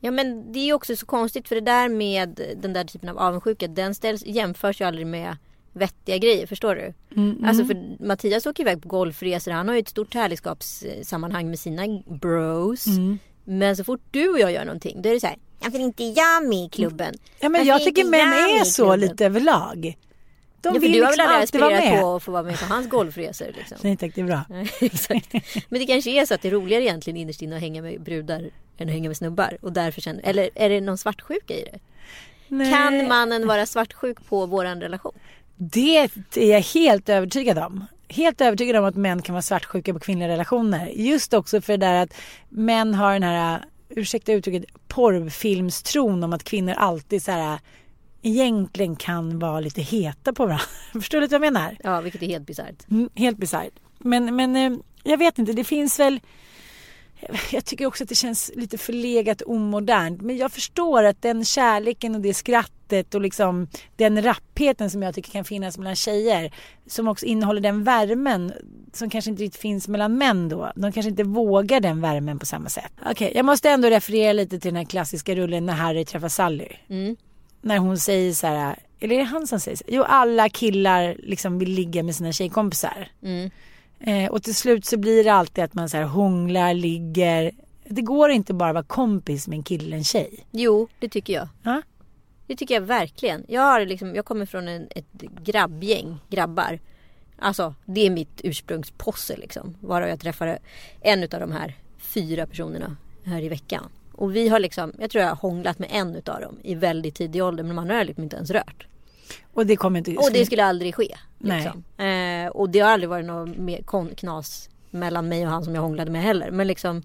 Ja men det är ju också så konstigt för det där med den där typen av avundsjuka den ställs, jämförs ju aldrig med vettiga grejer, förstår du?
Mm.
Alltså för Mattias åker iväg på golfresor, han har ju ett stort härligskapssammanhang med sina bros.
Mm.
Men så fort du och jag gör någonting då är det så här, varför är inte jag med i klubben?
Ja, men
Varför
jag tycker
inte
män
jag med
är
i
så
klubben?"
lite överlag. De
Ja, för
vill
du har väl
liksom
aldrig
alltid vara
aspirerat
med.
på att få vara med på hans golfresor? Liksom.
Nej tack, det är bra.
Nej, Exakt. Men det kanske är så att det är roligare egentligen innerst inne att hänga med brudar än att hänga med snubbar. Och därför känner, eller är det någon svartsjuka i det?
Nej.
Kan mannen vara svartsjuk på våran relation?
Det är jag helt övertygad om. Helt övertygad om att män kan vara svartsjuka på kvinnliga relationer. Just också för det där att män har den här, ursäkta uttrycket, porrfilmstron om att kvinnor alltid så här egentligen kan vara lite heta på varandra. Förstår du lite vad jag menar?
Ja, vilket är helt bisarrt.
Mm, helt bisarrt. Men, men eh, jag vet inte, det finns väl... Jag tycker också att det känns lite förlegat omodernt. Men jag förstår att den kärleken och det skrattet och liksom den rappheten som jag tycker kan finnas mellan tjejer som också innehåller den värmen som kanske inte riktigt finns mellan män då. De kanske inte vågar den värmen på samma sätt. Okej, jag måste ändå referera lite till den här klassiska rullen när Harry träffar Sally när hon säger så här, eller är det han som säger så? Jo, alla killar liksom vill ligga med sina tjejkompisar.
Mm.
Eh, och till slut så blir det alltid att man så här hånglar, ligger. Det går inte bara att vara kompis med en kille, en tjej.
Jo, det tycker jag.
Ja.
Det tycker jag verkligen. Jag, har liksom, jag kommer från en, ett grabbgäng grabbar. Alltså, det är mitt ursprungsposse liksom. Varav jag träffade en av de här fyra personerna här i veckan. Och vi har liksom, jag tror jag har hånglat med en av dem i väldigt tidig ålder. Men de andra har jag liksom inte ens rört.
Och det kommer inte...
Och det skulle aldrig ske.
Nej.
Liksom. Eh, och det har aldrig varit något mer kon- knas mellan mig och han som jag hånglade med heller. Men liksom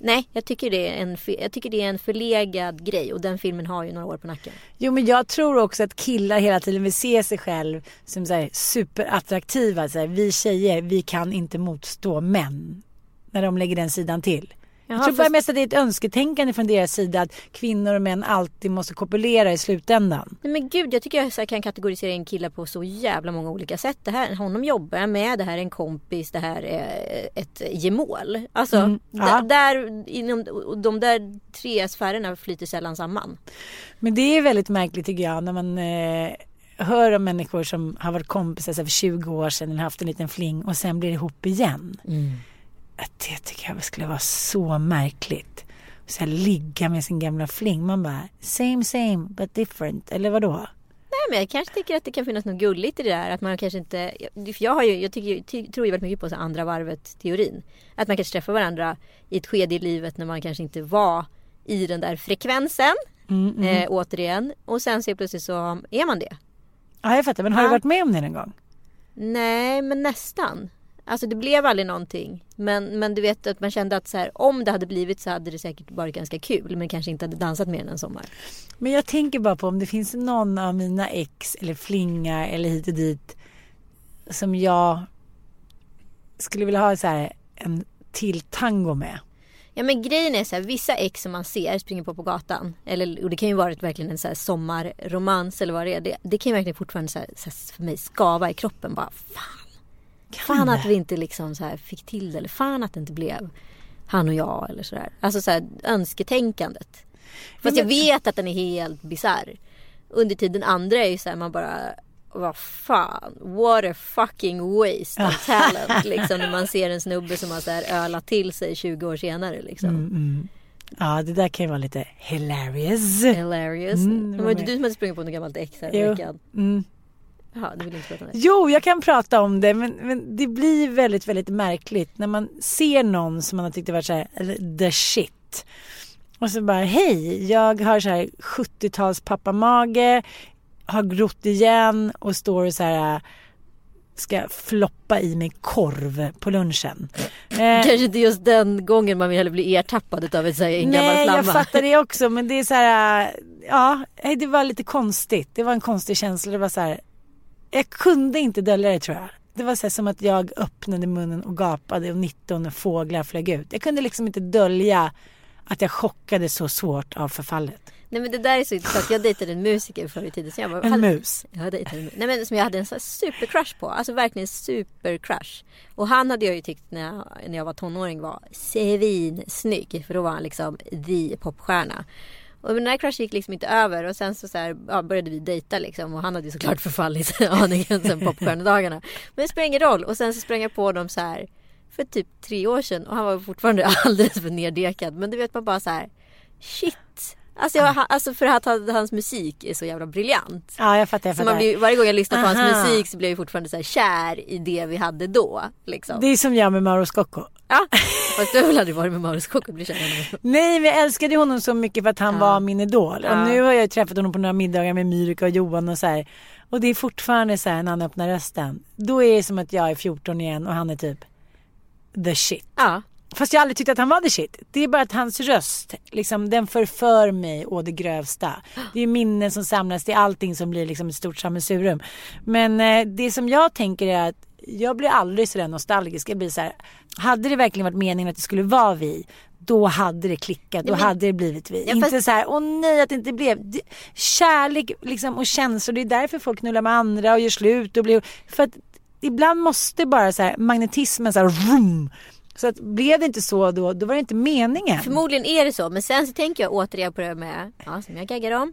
Nej, jag tycker, det är en, fe- jag tycker det är en förlegad grej och den filmen har ju några år på nacken.
Jo men jag tror också att killar hela tiden vill se sig själv som så här superattraktiva. Så här, vi tjejer, vi kan inte motstå män. När de lägger den sidan till. jag
Jaha,
tror bara
fast-
mest att det är ett önsketänkande från deras sida att kvinnor och män alltid måste kopulera i slutändan.
Nej men gud, jag tycker jag så här kan kategorisera in killar på så jävla många olika sätt. Det här, honom jobbar jag med, det här är en kompis, det här är ett gemål. Alltså,
ja.
d- där, inom, och de där tre sfärerna flyter sällan samman.
Men det är väldigt märkligt tycker jag när man eh, hör om människor som har varit kompisar så här, för 20 år sedan eller haft en liten fling och sen blir det ihop igen. Att det tycker jag skulle vara så märkligt. Så här, ligga med sin gamla fling. Man bara same same but different. Eller vadå?
Nej, men jag kanske tycker att det kan finnas något gulligt i det där. Att man kanske inte... jag- För jag, har ju, jag tycker, ju- ty, tror ju väldigt mycket på så här andra varvet-teorin. Att man kanske träffar varandra i ett skede i livet när man kanske inte var i den där frekvensen. Eh, återigen. Och sen så plötsligt så är man det.
Ja jag fattar men har du
Ja.
varit med om det någon gång?
Nej, men nästan. Alltså det blev aldrig någonting. Men, men du vet att man kände att så här, om det hade blivit så hade det säkert varit ganska kul. Men kanske inte hade dansat mer än en sommar.
Men jag tänker bara på om det finns någon av mina ex eller flingar eller hit och dit som jag skulle vilja ha så här, en till tango med.
Ja men grejen är så här, vissa ex som man ser springer på på gatan. Eller, och det kan ju vara ett- verkligen en så här sommarromans eller vad det är. Det, det kan ju verkligen fortfarande så här, så här, för mig skava i kroppen. Bara fan. Fan att vi inte liksom så här fick till det. Eller fan att det inte blev han och jag eller sådär. Alltså så här, önsketänkandet. Fast jag vet att den är helt bisarr. Under tiden andra är ju så här, man bara vad fan, what a fucking waste of talent. liksom, när man ser en snubbe som har så här ölat till sig 20 år senare. Liksom.
Mm, Ja, det där kan ju vara lite hilarious.
Hilarious.
Mm, det
det
var
var inte
med.
du som hade sprungit på något gammalt ex här
Jo.
i veckan?
Mm.
Jaha, du vill inte prata om det.
Jo, jag kan prata om det, men, men det blir väldigt, väldigt märkligt när man ser någon som man har tyckt har varit så här, eller the shit. Och så bara, hej, jag har så här 70-tals pappamage, har grott igen och står och så här äh, ska floppa i mig korv på lunchen. Eh,
Kanske inte just den gången man vill hellre bli ertappad av ett, så här, en gammal
Nej,
flamma.
jag fattar det också men det är så här, äh, ja, nej, det var lite konstigt. Det var en konstig känsla. Det var så här, jag kunde inte dölja det tror jag. Det var så här, som att jag öppnade munnen och gapade och 19 fåglar flög ut. Jag kunde liksom inte dölja att jag chockades så svårt av förfallet.
Nej men det där är så intressant. Jag dejtade en musiker förr i tiden. Så jag bara,
En
hade-
mus.
Jag dejtade en mus. Nej men som jag hade en så här supercrush på. Alltså verkligen supercrush. Och han hade jag ju tyckt när jag, när jag var tonåring var svinsnygg. För då var han liksom the popstjärna. Och den här crushen gick liksom inte över och sen så, så här, ja, började vi dejta liksom och han hade ju såklart förfallit aningen sen popstjärnedagarna. Men det spelar ingen roll och sen så sprang jag på dem så här för typ tre år sedan och han var fortfarande alldeles för neddekad. Men du vet man bara så här shit. Alltså,
Ah.
jag, alltså för att han- hans musik är så jävla briljant.
Ja, jag fattar. Jag
Så man
fattar.
blir, varje gång jag lyssnar på
Aha.
hans musik så blir jag ju fortfarande så här kär i det vi hade då. Liksom.
Det är som jag med Mauro Scocco.
Ja. Fast du har väl aldrig varit med Mauro Scocco och blivit kär i honom?
Nej, men jag älskade ju honom så mycket för att han var min idol. Och nu har jag ju träffat honom på några middagar med Myrka och Johan och så här. Och det är fortfarande så här när han öppnar rösten. Då är det som att jag är 14 igen och han är typ the shit.
Ja.
Fast jag har aldrig tyckt att han var the shit. Det är bara att hans röst, liksom, den förför mig å det grövsta. Det är ju minnen som samlas, det är allting som blir liksom ett stort sammansurum. Men eh, det som jag tänker är att jag blir aldrig sådär nostalgisk. Jag blir så här, hade det verkligen varit meningen att det skulle vara vi, då hade det klickat, då hade det blivit vi.
Ja,
Inte
fast-
så här, åh nej att det inte blev. Det- Kärlek liksom, och känslor, det är därför folk knullar med andra och gör slut. Och blir, för att ibland måste bara så här, magnetismen så här, vroom. Så att blev det inte så då, då var det inte meningen.
Förmodligen är det så, men sen så tänker jag återigen på det här med, ja, som jag gaggar om,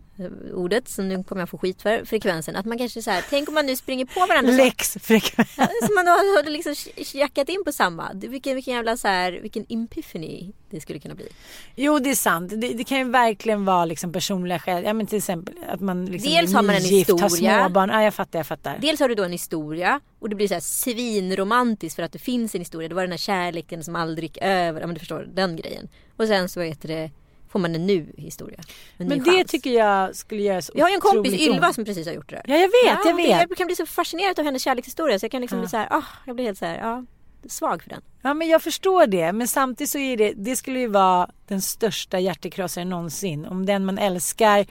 ordet som nu kommer jag få skit för, frekvensen. Att man kanske så här, tänk om man nu springer på varandra. så-
Lex frekvens.
Som man har har liksom jackat in på samma. Det- Vilken, vilken jävla så här, vilken epiphany det skulle kunna bli.
Jo det är sant. Det, det kan ju verkligen vara liksom personliga skäl. Ja men till exempel att man liksom
Dels
är
har man en
nygift, har
historia.
småbarn. Ja jag fattar, jag fattar.
Dels har du då en historia och det blir så här svinromantiskt för att det finns en historia. Det var den här kärleken som aldrig gick över. Ja men du förstår, den grejen. Och sen så heter det, får man en nu historia. En
Men
ny
det
chans.
tycker jag skulle göra så
Jag har ju en kompis,
otroligt ont.
Ylva, som precis har gjort det där.
Ja jag vet, jag
det-
vet.
Jag kan bli så fascinerad av hennes kärlekshistoria så jag kan liksom bli så här, ah, jag blir helt så här, ja, svag för den.
Ja men jag förstår det. Men samtidigt så är det, det skulle ju vara den största hjärtekrossaren någonsin. Om den man älskar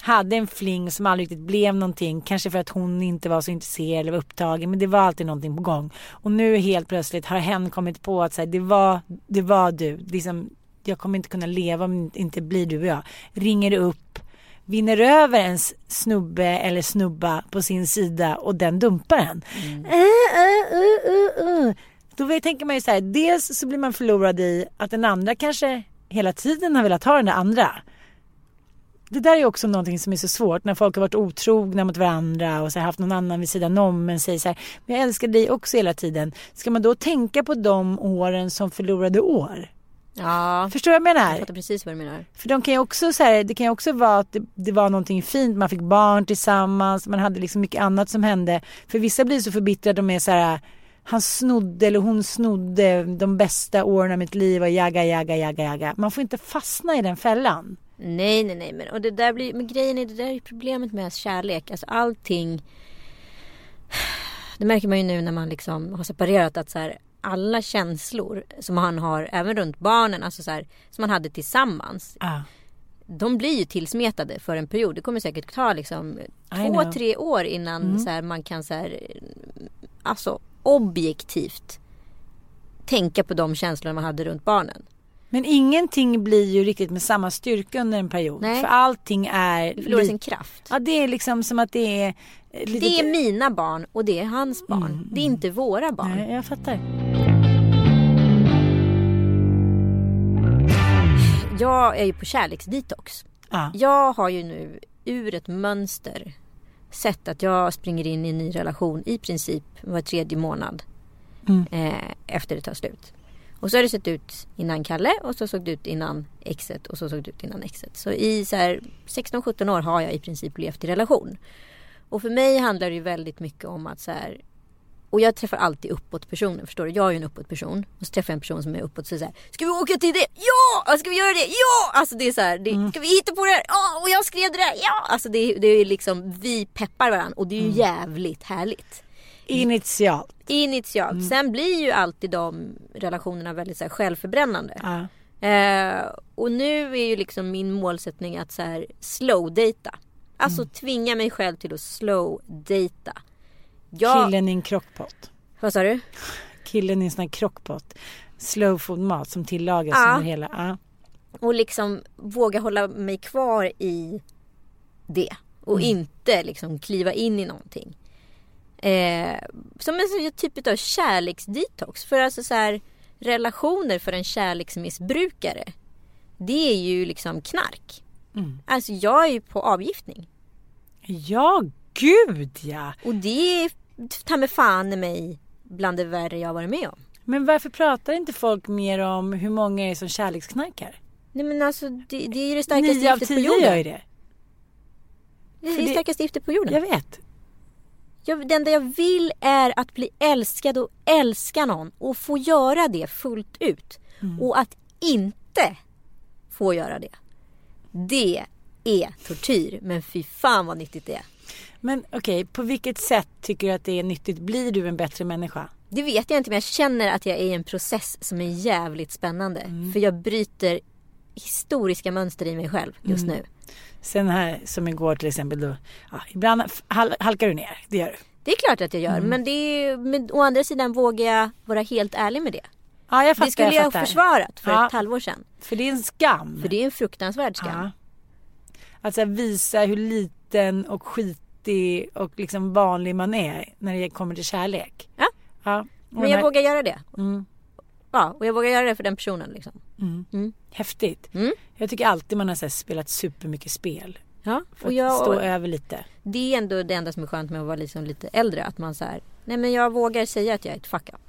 hade en fling som aldrig riktigt blev någonting. Kanske för att hon inte var så intresserad eller var upptagen. Men det var alltid någonting på gång. Och nu helt plötsligt har hen kommit på att så här, det, var, det var du. Det är som, jag kommer inte kunna leva om det inte blir du och jag. Ringer upp, vinner över en s- snubbe eller snubba på sin sida och den dumpar en. Eh, eh, eh, eh, eh. Då vet- tänker man ju så här, dels så blir man förlorad i att den andra kanske hela tiden har velat ha den där andra. Det där är också någonting som är så svårt när folk har varit otrogna mot varandra och så här, haft någon annan vid sidan om men säger så här, men jag älskar dig också hela tiden. Ska man då tänka på de åren som förlorade år?
Ja,
Förstår du vad jag menar?
jag fattar precis vad du menar.
För de kan ju också så här, det kan ju också vara att det, det var någonting fint, man fick barn tillsammans, man hade liksom mycket annat som hände. För vissa blir så förbittrade, de är så här, han snodde eller hon snodde de bästa åren av mitt liv och jaga, jaga, jaga, jaga. Man får inte fastna i den fällan.
Nej, nej, nej. Men, och det där blir, men grejen är, det där är problemet med kärlek. Alltså allting. Det märker man ju nu när man liksom har separerat att så här, alla känslor som han har, även runt barnen, alltså så här, som han hade tillsammans.
Ja.
De blir ju tillsmetade för en period. Det kommer säkert ta liksom två,
know.
tre år innan så här, man kan så här, alltså objektivt tänka på de känslor man hade runt barnen.
Men ingenting blir ju riktigt med samma styrka under en period.
Nej.
För allting är...
Det förlorar
li-
sin kraft.
Ja, det är liksom som att det är... eh, Lite... Mm,
Det är mina barn och det är hans barn. Det är inte våra barn.
Nej, jag fattar.
Jag är ju på kärleksdetox.
Ja.
Jag har ju nu ur ett mönster sett att jag springer in i en ny relation i princip var tredje månad
Mm.
eh, efter det tar slut. Och så har det sett ut innan Kalle och så såg det ut innan exet och så såg det ut innan exet. Så i så här 16-17 år har jag i princip levt i relation. Och för mig handlar det ju väldigt mycket om att så här och jag träffar alltid uppåt personer, förstår du? Jag är ju en uppåt person. Och så träffar jag en person som är uppåt och säger så här, Ska vi åka till det? Ja! "Ja, Ska vi göra det? Ja! Alltså det är så här, det,
Mm.
ska vi hitta på det här? Ja! Och jag
Mm.
skrev det där! Ja! Alltså det, är- det är ju liksom, vi peppar varandra och det är ju jävligt härligt.
Initialt.
initialt.
Mm.
Sen blir ju alltid de relationerna väldigt så här, självförbrännande.
Ja.
Eh, och nu är ju liksom min målsättning att så här, slow data. Alltså
Mm.
tvinga mig själv till att slow data. Jag,
Killen i en krockpott.
Vad sa du?
Killen i en sån här krockpott. Slow food mat som tillagas
Ja.
under hela. Ja.
Och liksom våga hålla mig kvar i det. Och
Mm.
inte liksom kliva in i någonting. Eh, som en sån här typ av kärleksdetox. För alltså så här, relationer för en kärleksmissbrukare. Det är ju liksom knark.
Mm.
Alltså jag är ju på avgiftning.
ja, gud ja.
Och det är ta mig fan i mig bland det värre jag har varit med om.
Men varför pratar inte folk mer om hur många är som kärleksknarkar?
Nej men alltså det, det är ju det starkaste
Nio av
giftet på
tio gör ju
jorden.
det.
Det är
för
det
det-
starkaste giftet på jorden.
Jag vet.
Jag, det enda jag vill är att bli älskad och älska någon och få göra det fullt ut.
Mm.
Och att inte få göra det. Det är tortyr. Men fy fan vad nyttigt det är.
Men okej, på vilket sätt tycker du att det är nyttigt? Blir du en bättre människa?
Det vet jag inte men jag känner att jag är i en process som är jävligt spännande.
Mm.
För jag bryter historiska mönster i mig själv just
Mm.
nu.
Sen här som igår till exempel då. Ja, ibland hal- halkar du ner, det gör du.
Det är klart att jag
Mm.
gör men, det är, men å andra sidan vågar jag vara helt ärlig med det.
Ja, jag fattar.
det skulle jag,
fattar.
försvarat för
Ja.
ett halvår sedan.
För det är en skam.
För det är en fruktansvärd skam.
Ja. Att så här visa hur liten och skitig och liksom vanlig man är när det kommer till kärlek.
Ja.
ja. Och
Men
den
jag
här-
vågar göra det.
Mm.
Ja, och jag vågar göra det för den personen liksom.
Häftigt.
Mm.
Jag tycker alltid man har så här spelat supermycket spel.
Ja,
För
och
att
jag,
stå
och
över lite.
det är ändå det enda som är skönt med att vara liksom lite äldre. Att man så här, nej men jag vågar säga att jag är ett fuck up.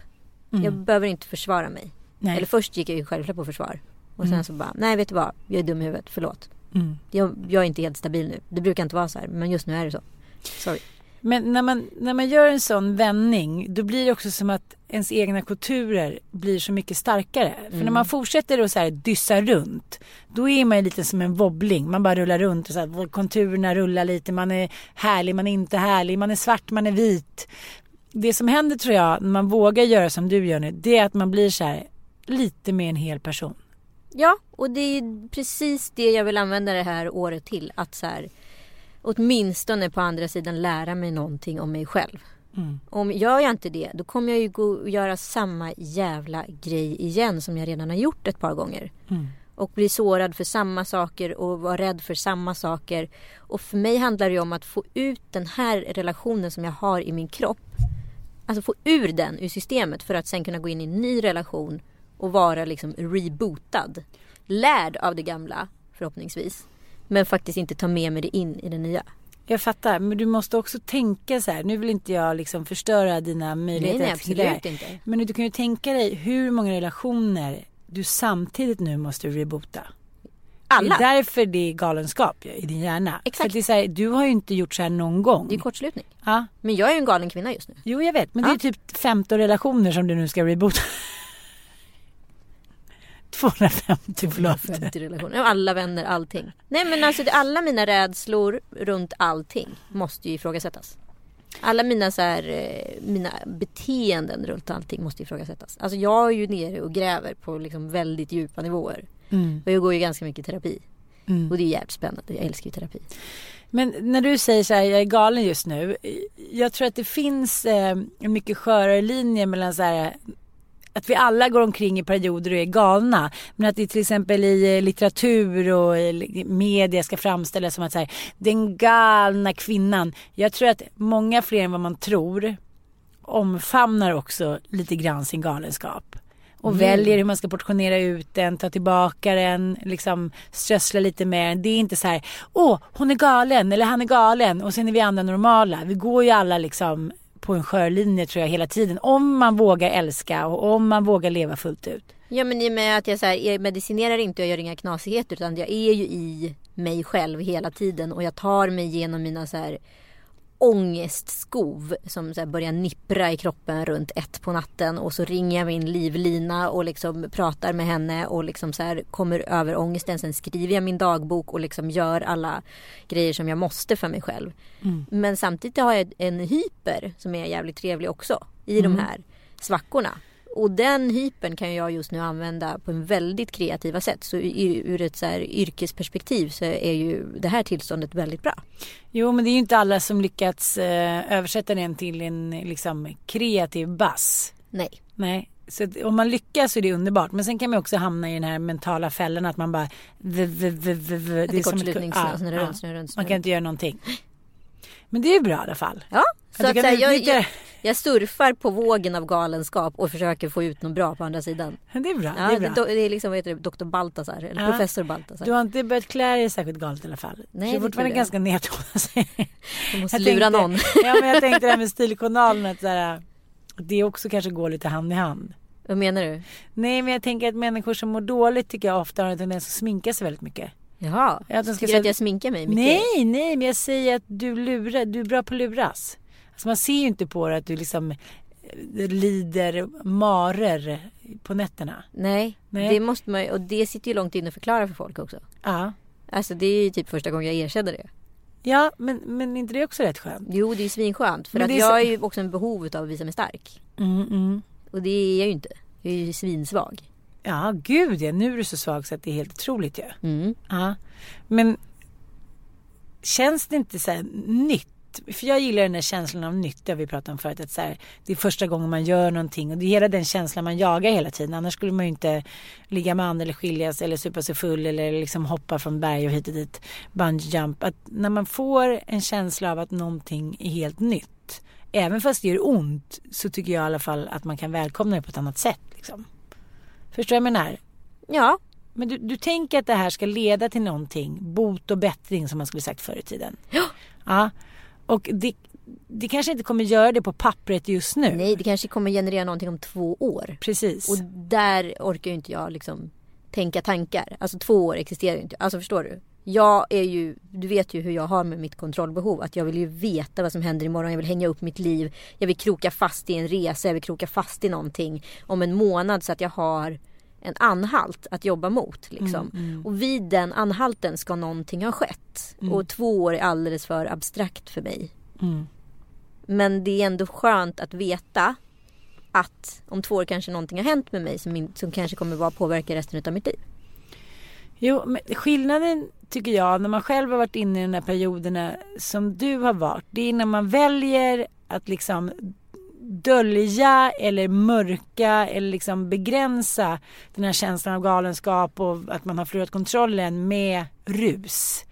Jag behöver inte försvara mig.
Mm. Nej. Mm.
Eller först gick jag ju självklart på försvar. Och sen så bara, nej vet du vad, jag är dum i huvudet, förlåt. Jag, jag är inte helt stabil nu. Det brukar inte vara så här, men just nu är det så. Sorry.
Men när man, när man gör en sån vändning då blir det också som att ens egna kulturer blir så mycket starkare. För när man fortsätter att så här dyssa runt då är man ju lite som en wobbling. Man bara rullar runt och så här, konturerna rullar lite. Man är härlig, man är inte härlig, man är svart, man är vit. Det som händer tror jag när man vågar göra som du gör nu det är att man blir så här lite mer en hel person.
Ja, och det är ju precis det jag vill använda det här året till. Att så här, åtminstone på andra sidan lära mig någonting om mig själv. Om gör jag inte det, då kommer jag ju gå och göra samma jävla grej igen som jag redan har gjort ett par gånger. Och bli sårad för samma saker och vara rädd för samma saker. Och för mig handlar det ju om att få ut den här relationen som jag har i min kropp. Alltså få ur den ur systemet för att sen kunna gå in i en ny relation och vara liksom rebootad. Lärd av det gamla förhoppningsvis. Men faktiskt inte ta med mig det in i det nya.
Jag fattar, men du måste också tänka så här. Nu vill inte jag liksom förstöra dina möjligheter.
nej,
att till det här.
absolut inte.
Men du kan ju tänka dig hur många relationer du samtidigt nu måste reboota.
Alla!
Det är därför det är galenskap ju, i din hjärna.
Exakt.
För att det är så här, du har ju inte gjort så här någon gång.
Det är kortslutning.
ja.
Men jag är ju en galen kvinna just nu.
Jo, jag vet. Men det är typ 15 relationer som du nu ska reboota. 250, förlåt.
50 relationer. Alla vänner, allting. Nej men alltså det- alla mina rädslor runt allting måste ju ifrågasättas. Alla mina, så här, eh, mina beteenden runt allting måste ifrågasättas. Alltså jag är ju nere och gräver på liksom väldigt djupa nivåer. Och jag går ju ganska mycket i terapi. Och det är jävligt spännande. Jag älskar ju terapi.
Men när du säger så här, jag är galen just nu. Jag tror att det finns eh, en mycket skörare linje mellan så här att vi alla går omkring i perioder och är galna. Men att det till exempel i eh, litteratur och i li- media ska framställas som att så här, den galna kvinnan. Jag tror att många fler än vad man tror omfamnar också lite grann sin galenskap. Och väljer hur man ska portionera ut den, ta tillbaka den, liksom strössla lite med den. Det är inte så här, åh hon är galen eller han är galen och sen är vi andra normala. Vi går ju alla liksom på en skör linje tror jag hela tiden. Om man vågar älska och om man vågar leva fullt ut.
Ja men i och med att jag, så här, jag medicinerar inte och jag gör inga knasigheter utan jag är ju i mig själv hela tiden och jag tar mig igenom mina så här ångestskov som så här börjar nippra i kroppen runt ett på natten och så ringer jag min livlina och liksom pratar med henne och liksom så här kommer över ångesten. Sen skriver jag min dagbok och liksom gör alla grejer som jag måste för mig själv. Men samtidigt har jag en hyper som är jävligt trevlig också i de här svackorna. Och den hypen kan jag just nu använda på en väldigt kreativa sätt. Så i- ur ett så här yrkesperspektiv så är ju det här tillståndet väldigt bra.
Jo, men det är ju inte alla som lyckats eh, översätta den till en liksom, kreativ bass.
Nej.
Nej, så att om man lyckas så är det underbart. Men sen kan man också hamna i den här mentala fällan att man bara... V, v, v, v, v.
det är kortslutningssnurr, snurrar runt, snurrar runt,
ah, Man
snurrar
kan inte göra någonting. Men det är ju bra i alla fall.
Ja, så
Jag
att, så
tycker
här,
att det är
jag,
lite-
jag, jag surfar på vågen av galenskap och försöker få ut något bra på andra sidan.
Men Det är bra.
Ja,
det
det,
är bra.
do- det är liksom, vad heter det, Dr. Baltasar, eller
Ja.
professor
Du
Baltasar.
har inte börjat klä dig särskilt galet i alla fall.
Nej,
Nej, du är
det tror
fortfarande
jag.
ganska nedtonad.
Du måste
Jag
lura
tänkte-
någon.
ja, men jag tänkte det här med stiljournalen att så här, det också kanske går lite hand i hand.
Vad menar du?
Nej, men jag tänker att människor som mår dåligt tycker jag ofta har en tendens att sminka sig väldigt mycket.
Jaha,
Ja, att de ska
tycker du
säga-
att jag sminkar mig mycket?
Nej, nej, men jag säger att du lurar, du är bra på att luras. Alltså man ser ju inte på dig att du liksom eh, lider marer på nätterna.
Nej,
Nej.
det måste man ju, och det sitter ju långt inne att förklara för folk också.
Ja.
Alltså det är ju typ första gången jag erkänner det.
Ja, men, men är inte det också rätt skönt?
Jo, det är ju svinskönt för
Men
att
det är så-
jag är ju också en behov av att visa mig stark.
Mm, mm.
Och det är jag ju inte. Jag är ju svinsvag.
Ja, gud ja, nu är du så svag så att det är helt otroligt ju. Ja.
Mm.
Ja. Men känns det inte så här nytt? För jag gillar den här känslan av nytt, det har vi pratat om förut. Att så här, det är första gången man gör någonting och det är hela den känslan man jagar hela tiden. Annars skulle man ju inte ligga med andra eller skiljas eller supa sig full eller liksom hoppa från berg och hit och dit. Bungee jump. Att när man får en känsla av att någonting är helt nytt, även fast det gör ont, så tycker jag i alla fall att man kan välkomna det på ett annat sätt. Liksom. Förstår du vad jag menar?
Ja,
Men du, du tänker att det här ska leda till någonting, bot och bättring som man skulle sagt förr i tiden. Ja. Och det, det kanske inte kommer göra det på pappret just nu.
nej det kanske kommer generera någonting om två år.
Precis.
Och där orkar ju inte jag liksom tänka tankar. Alltså två år existerar ju inte. Alltså förstår du? Jag är ju, du vet ju hur jag har med mitt kontrollbehov. Att jag vill ju veta vad som händer imorgon. Jag vill hänga upp mitt liv. Jag vill kroka fast i en resa. Jag vill kroka fast i någonting om en månad så att jag har en anhalt att jobba mot. Liksom. Och vid den anhalten ska någonting ha skett. Och två år är alldeles för abstrakt för mig. Men det är ändå skönt att veta att om två år kanske någonting har hänt med mig som, in, som kanske kommer vara påverka resten av mitt liv.
Jo, men skillnaden tycker jag när man själv har varit inne i de här perioderna som du har varit. Det är när man väljer att liksom dölja eller mörka eller liksom begränsa den här känslan av galenskap och att man har förlorat kontrollen med rus.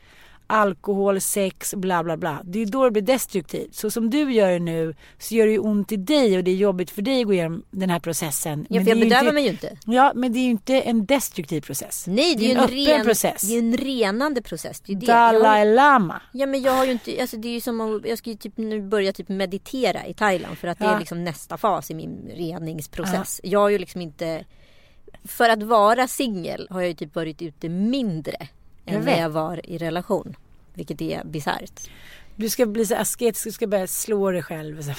Alkohol, sex, bla bla bla. Det är då det blir destruktivt. Så som du gör det nu så gör det ju ont i dig och det är jobbigt för dig att gå igenom den här processen.
Ja,
Men
för jag
det är ju
bedömer
inte-
mig ju inte.
Ja, men det är ju inte en destruktiv process.
Nej, det är ju en,
öppen
ren,
process.
Det är en renande process. Det är ju det. Jag har,
Dalai
ju-
Lama.
ja, men jag har ju inte, alltså det är ju som om, jag ska ju typ nu börja typ meditera i Thailand för att det
Ja.
är liksom nästa fas i min reningsprocess. Jag har ju liksom inte, för att vara singel har jag ju typ varit ute mindre
Jag
än när jag
vet.
var i relation. Vilket är bisarrt.
Du ska bli så asketisk, du ska börja slå dig själv. Så-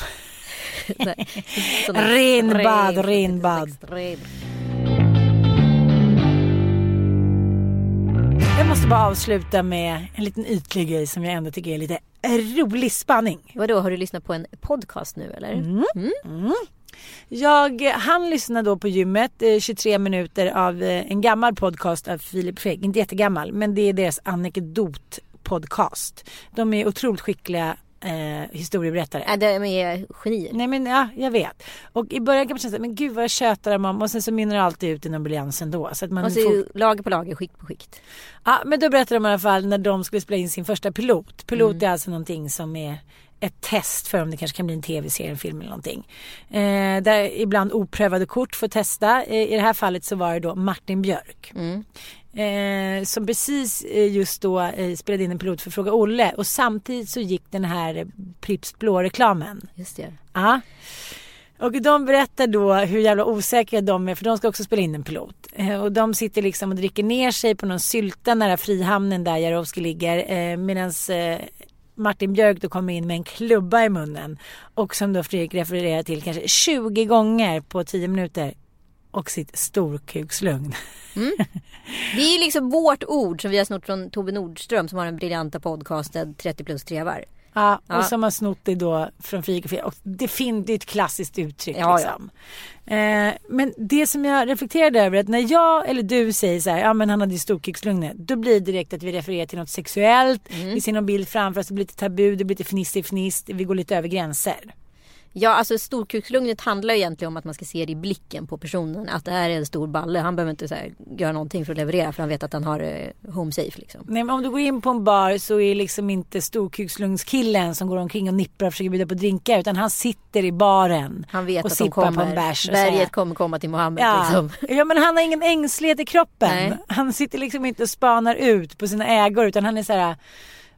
Sådana-
Renbad,
Ren-
renbad.
extrem.
Jag måste bara avsluta med en liten ytlig grej som jag ändå tycker är lite rolig spanning.
Vadå, har du lyssnat på en podcast nu eller?
Mm. Jag han lyssna då på gymmet, eh, 23 minuter av eh, en gammal podcast av Filip Fredrik, inte jättegammal, men det är deras anekdotpodcast. De är otroligt skickliga eh, historieberättare.
Ja, de är genier.
Nej men ja, jag vet. Och i början kan man känna såhär, men gud vad jag tjötar om mamma. Och sen så mynnar det alltid ut i någon briljans ändå. Så att man
Och så är
får...
ju lager på lager, skikt på skikt.
Ja, men då berättar de i alla fall när de skulle spela in sin första pilot. Pilot
Mm.
är alltså någonting som är ett test för om det kanske kan bli en tv-serie, en film eller någonting. Eh, där ibland oprövade kort får testa. Eh, I det här fallet så var det då Martin Björk.
Mm.
Eh, som precis eh, just då eh, spelade in en pilot för Fråga Olle och samtidigt så gick den här eh, Pripps Blå-reklamen.
Just det.
Ja. Och de berättar då hur jävla osäkra de är för de ska också spela in en pilot. Eh, Och de sitter liksom och dricker ner sig på någon sylta nära Frihamnen där Jarowski ligger. Eh, Medan eh, Martin Björk då kommer in med en klubba i munnen och som då Fredrik refererar till kanske 20 gånger på 10 minuter och sitt storkukslugn.
Det är ju liksom vårt ord som vi har snott från Tove Nordström som har den briljanta podcasten 30 plus trevar.
Ja, och
Ja.
som har snott det då från Fredrik och Fredrik. Och det, fin- det är ett klassiskt uttryck.
Ja,
liksom. Eh, men det som jag reflekterade över är att när jag eller du säger så här, ja men han hade ju storkukslugnet. Då blir det direkt att vi refererar till något sexuellt.
Mm.
Vi ser någon bild framför oss, det blir lite tabu, det blir lite fniss i fniss. Vi går lite över gränser.
Ja, alltså storkukslugnet handlar ju egentligen om att man ska se det i blicken på personen. Att det här är en stor balle. Han behöver inte så här, göra någonting för att leverera för han vet att han har eh, home safe liksom.
Nej, men om du går in på en bar så är liksom inte storkukslungskillen som går omkring och nipprar och försöker bjuda på drinkar. Utan han sitter i baren
Han vet
och
att de
sippar på en
kommer.
bärs. och säger-
Berget kommer komma till Mohammed liksom.
ja, men han har ingen ängslighet i kroppen.
Nej.
Han sitter liksom inte och spanar ut på sina ägor utan han är så här,